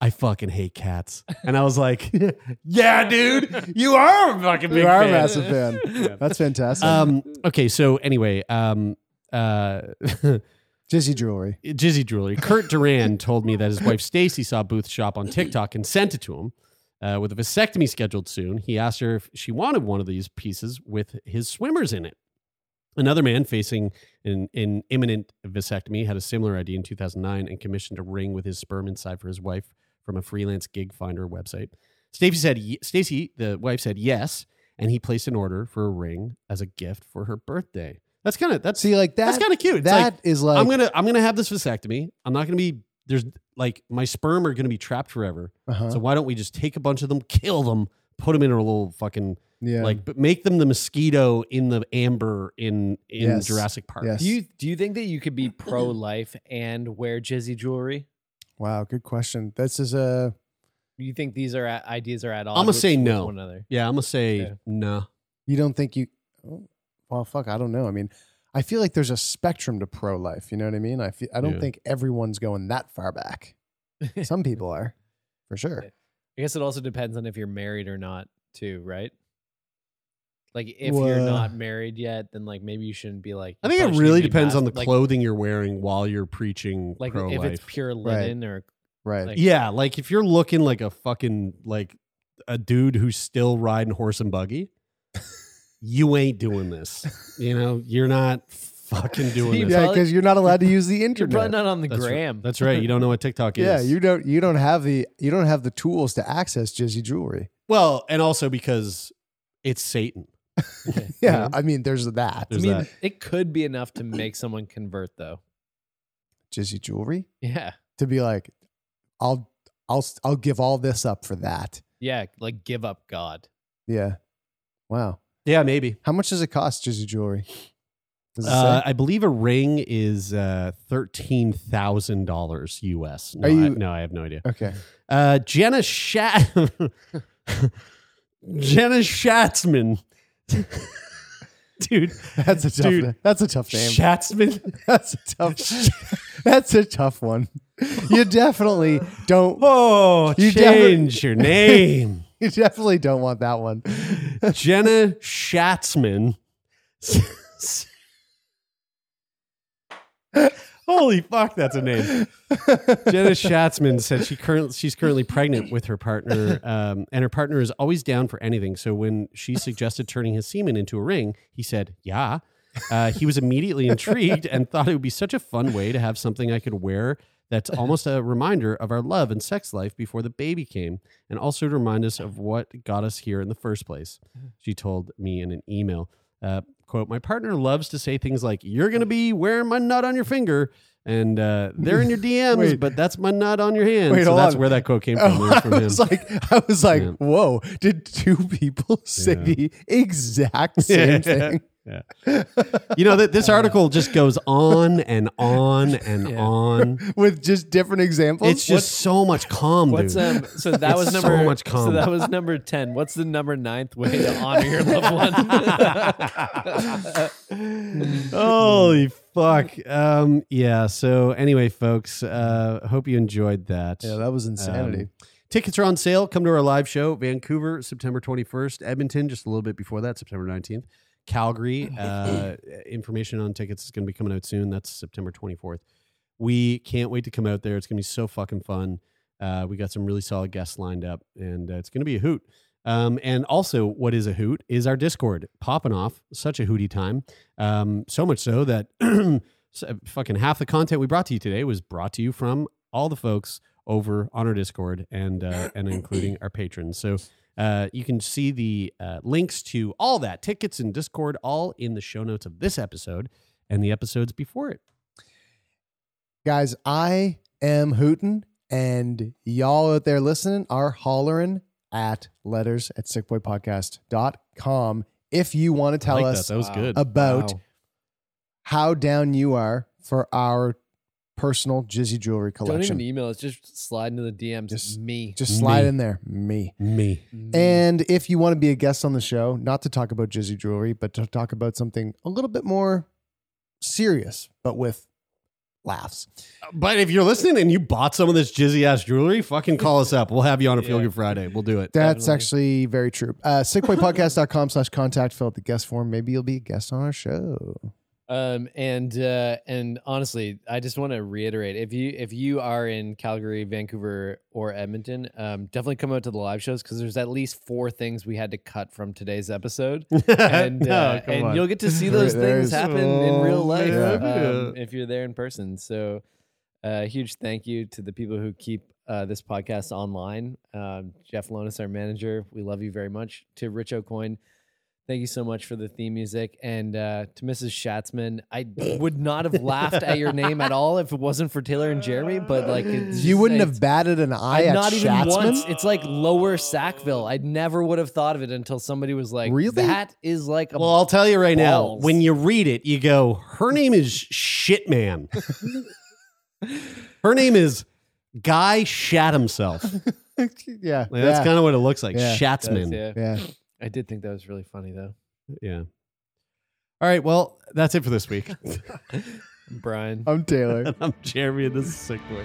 Speaker 1: I fucking hate cats, and I was like, "Yeah, dude, you are a fucking big
Speaker 3: You are a
Speaker 1: fan."
Speaker 3: massive fan. That's fantastic.
Speaker 1: Um, okay, so anyway, um, uh,
Speaker 3: Jizzy jewelry.
Speaker 1: Jizzy Jewelry. Kurt Duran told me that his wife Stacy saw Booth's shop on TikTok and sent it to him. Uh, with a vasectomy scheduled soon, he asked her if she wanted one of these pieces with his swimmers in it. Another man facing an, an imminent vasectomy had a similar idea in 2009 and commissioned a ring with his sperm inside for his wife from a freelance gig finder website. Stacy said, ye- Stacy, the wife said yes, and he placed an order for a ring as a gift for her birthday. That's kind of that's
Speaker 3: See, like that.
Speaker 1: that's kind of cute. It's like,
Speaker 3: That is like
Speaker 1: I'm gonna I'm gonna have this vasectomy. I'm not gonna be there's like my sperm are gonna be trapped forever.
Speaker 3: uh-huh.
Speaker 1: So why don't we just take a bunch of them, kill them, put them in a little fucking
Speaker 3: yeah.
Speaker 1: like, but make them the mosquito in the amber in in
Speaker 3: Yes.
Speaker 1: Jurassic Park.
Speaker 3: Yes.
Speaker 2: do you do you think that you could be pro life and wear jizzy jewelry?
Speaker 3: wow, good question. This is a
Speaker 2: Do you think these are at, ideas are at all?
Speaker 1: I'ma say no.
Speaker 2: One another.
Speaker 1: Yeah, I'm gonna say
Speaker 2: Yeah.
Speaker 1: no.
Speaker 3: you don't think you oh, well fuck, I don't know. I mean, I feel like there's a spectrum to pro life, you know what I mean? I feel, I don't
Speaker 1: Yeah.
Speaker 3: think everyone's going that far back. Some people are. For sure.
Speaker 2: I guess it also depends on if you're married or not, too, right? Like if you're
Speaker 3: Well-
Speaker 2: not married yet, then like maybe you shouldn't be like.
Speaker 1: I
Speaker 2: probably
Speaker 1: think it
Speaker 2: shouldn't
Speaker 1: really
Speaker 2: be
Speaker 1: depends on the
Speaker 2: mas- like-
Speaker 1: clothing you're wearing while you're preaching
Speaker 2: Like
Speaker 1: pro
Speaker 2: if
Speaker 1: life.
Speaker 2: it's pure linen or
Speaker 3: Right.
Speaker 2: like-
Speaker 1: yeah, like if you're looking like a fucking like a dude who's still riding horse and buggy, you ain't doing this. You know, you're not fucking doing
Speaker 2: you
Speaker 1: this.
Speaker 2: Yeah,
Speaker 3: yeah,
Speaker 2: probably-
Speaker 3: because you're not allowed to use the
Speaker 2: you're probably
Speaker 3: internet.
Speaker 2: not on the
Speaker 1: That's right.
Speaker 2: gram.
Speaker 1: That's right. You don't know what TikTok is.
Speaker 3: Yeah, you don't you don't have the you don't have the tools to access Jizzy jewelry.
Speaker 1: well, and also because it's Satan.
Speaker 3: Yeah, I mean, there's that.
Speaker 1: There's
Speaker 2: I mean,
Speaker 1: that.
Speaker 2: it could be enough to make someone convert, though.
Speaker 3: Jizzy jewelry
Speaker 2: Yeah.
Speaker 3: to be like, I'll I'll I'll give all this up for that.
Speaker 2: Yeah, like give up God.
Speaker 3: Yeah. Wow.
Speaker 1: Yeah, maybe.
Speaker 3: How much does it cost, Jizzy Jewelry? Does it
Speaker 1: Uh,
Speaker 3: say?
Speaker 1: I believe a ring is uh, thirteen thousand dollars US. No,
Speaker 3: Are
Speaker 1: I,
Speaker 3: you-
Speaker 1: no, I have no idea.
Speaker 3: Okay.
Speaker 1: Uh, Jenna Shat, Jenna Schatzman, dude.
Speaker 3: That's a tough.
Speaker 1: Dude.
Speaker 3: na- That's a tough name.
Speaker 1: Schatzman.
Speaker 3: that's a tough. that's a tough one. You definitely don't.
Speaker 1: Oh,
Speaker 3: You
Speaker 1: change
Speaker 3: defi-
Speaker 1: your name,
Speaker 3: You definitely don't want that one.
Speaker 1: Jenna Schatzman. Holy fuck, that's a name. Jenna Schatzman said she current, she's currently pregnant with her partner, um, and her partner is always down for anything. So when she suggested turning his semen into a ring, he said, "Yeah." Uh, he was immediately intrigued and thought it would be such a fun way to have something I could wear that's almost a reminder of our love and sex life before the baby came, and also to remind us of what got us here in the first place. She told me in an email. Uh, quote, my partner loves to say things like, You're going to be wearing my nut on your finger. And uh, they're in your DMs,
Speaker 3: Wait.
Speaker 1: but that's my nut on your hand.
Speaker 3: Wait,
Speaker 1: so
Speaker 3: hold
Speaker 1: that's
Speaker 3: on.
Speaker 1: where that quote came from.
Speaker 3: Oh,
Speaker 1: It was
Speaker 3: I
Speaker 1: from him.
Speaker 3: was like, I was like,
Speaker 1: Yeah.
Speaker 3: whoa! Did two people say
Speaker 1: Yeah.
Speaker 3: the exact same thing?
Speaker 1: Yeah. You know, th- this article just goes on and on and
Speaker 2: Yeah.
Speaker 1: on.
Speaker 3: With just different examples.
Speaker 1: It's just so much calm,
Speaker 2: What's
Speaker 1: dude.
Speaker 2: um? So that was
Speaker 1: It's
Speaker 2: number.
Speaker 1: so much calm.
Speaker 2: So that was number ten. What's the number ninth way to honor your loved
Speaker 1: Um,
Speaker 2: Hmm. one?
Speaker 1: Holy fuck. Um, yeah. So, anyway, folks, uh, hope you enjoyed that.
Speaker 3: What? Yeah, that was insanity.
Speaker 1: Um, tickets are on sale. Come to our live show, Vancouver, September 21st, Edmonton, just a little bit before that, September 19th. Calgary, uh, information on tickets is going to be coming out soon. That's September 24th. We can't wait to come out there. It's going to be so fucking fun. Uh, we got some really solid guests lined up, and uh, it's going to be a hoot. Um, and also, what is a hoot is our Discord popping off. Such a hooty time. Um, so much so that so- fucking half the content we brought to you today was brought to you from all the folks over on our Discord and uh, and including our patrons. So uh, you can see the uh, links to all that tickets and Discord all in the show notes of this episode and the episodes before it.
Speaker 3: Guys, I am hooting, and y'all out there listening are hollering at letters at sickboypodcast.com if you want to
Speaker 1: I
Speaker 3: tell
Speaker 1: like
Speaker 3: us
Speaker 1: that. that was good.
Speaker 3: about how down you are for our personal Jizzy jewelry
Speaker 2: Don't
Speaker 3: collection.
Speaker 2: even email us. Just slide into the DMs.
Speaker 3: Just-
Speaker 2: me.
Speaker 3: Just slide
Speaker 1: Me.
Speaker 3: in there. Me.
Speaker 1: Me.
Speaker 2: Me.
Speaker 3: And if you want to be a guest on the show, not to talk about Jizzy jewelry, but to talk about something a little bit more serious, but with laughs.
Speaker 1: But if you're listening and you bought some of this jizzy ass jewelry, fucking call us up. We'll have you on a Feel Good Friday. We'll do it.
Speaker 3: That's
Speaker 2: Definitely.
Speaker 3: actually very true. Uh, sickboypodcast.com slash contact, fill out the guest form. Maybe you'll be a guest on our show.
Speaker 2: Um and uh and honestly, I just want to reiterate if you if you are in Calgary, Vancouver, or Edmonton, um definitely come out to the live shows because there's at least four things we had to cut from today's episode, and
Speaker 1: No,
Speaker 2: uh,
Speaker 1: come
Speaker 2: and
Speaker 1: on.
Speaker 2: you'll get to see those
Speaker 3: There-
Speaker 2: things
Speaker 3: there's-
Speaker 2: happen in real
Speaker 1: Oh,
Speaker 2: life
Speaker 1: man.
Speaker 2: um,
Speaker 1: Yeah.
Speaker 2: if you're there in person. So, uh, huge thank you to the people who keep uh, this podcast online. Um, Jeff Lonis, our manager, we love you very much. To Rich O'Coin, thank you so much for the theme music. And uh, to Mrs. Schatzman, I would not have laughed at your name at all if it wasn't for Taylor and Jeremy. But like, it's
Speaker 3: You
Speaker 2: just-
Speaker 3: wouldn't
Speaker 2: it's-
Speaker 3: have batted an
Speaker 2: I
Speaker 3: eye
Speaker 2: am
Speaker 3: at
Speaker 2: not even
Speaker 3: Schatzman?
Speaker 2: once. It's like Lower Sackville. I never would have thought of it until somebody was like,
Speaker 3: Really?
Speaker 2: "That is like a
Speaker 1: Well, I'll tell you right
Speaker 2: Balls.
Speaker 1: now, when you read it, you go, her name is Shitman. her name is Guy Shat himself. Like,
Speaker 3: yeah.
Speaker 1: That's
Speaker 3: yeah,
Speaker 1: kind of what it looks like.
Speaker 3: Yeah.
Speaker 1: Shatsman.
Speaker 2: Yeah.
Speaker 3: yeah.
Speaker 2: I did think that was really funny though.
Speaker 1: yeah. All right. Well, that's it for this week.
Speaker 2: Brian.
Speaker 3: I'm Taylor.
Speaker 1: I'm Jeremy, and this is Sick Boy.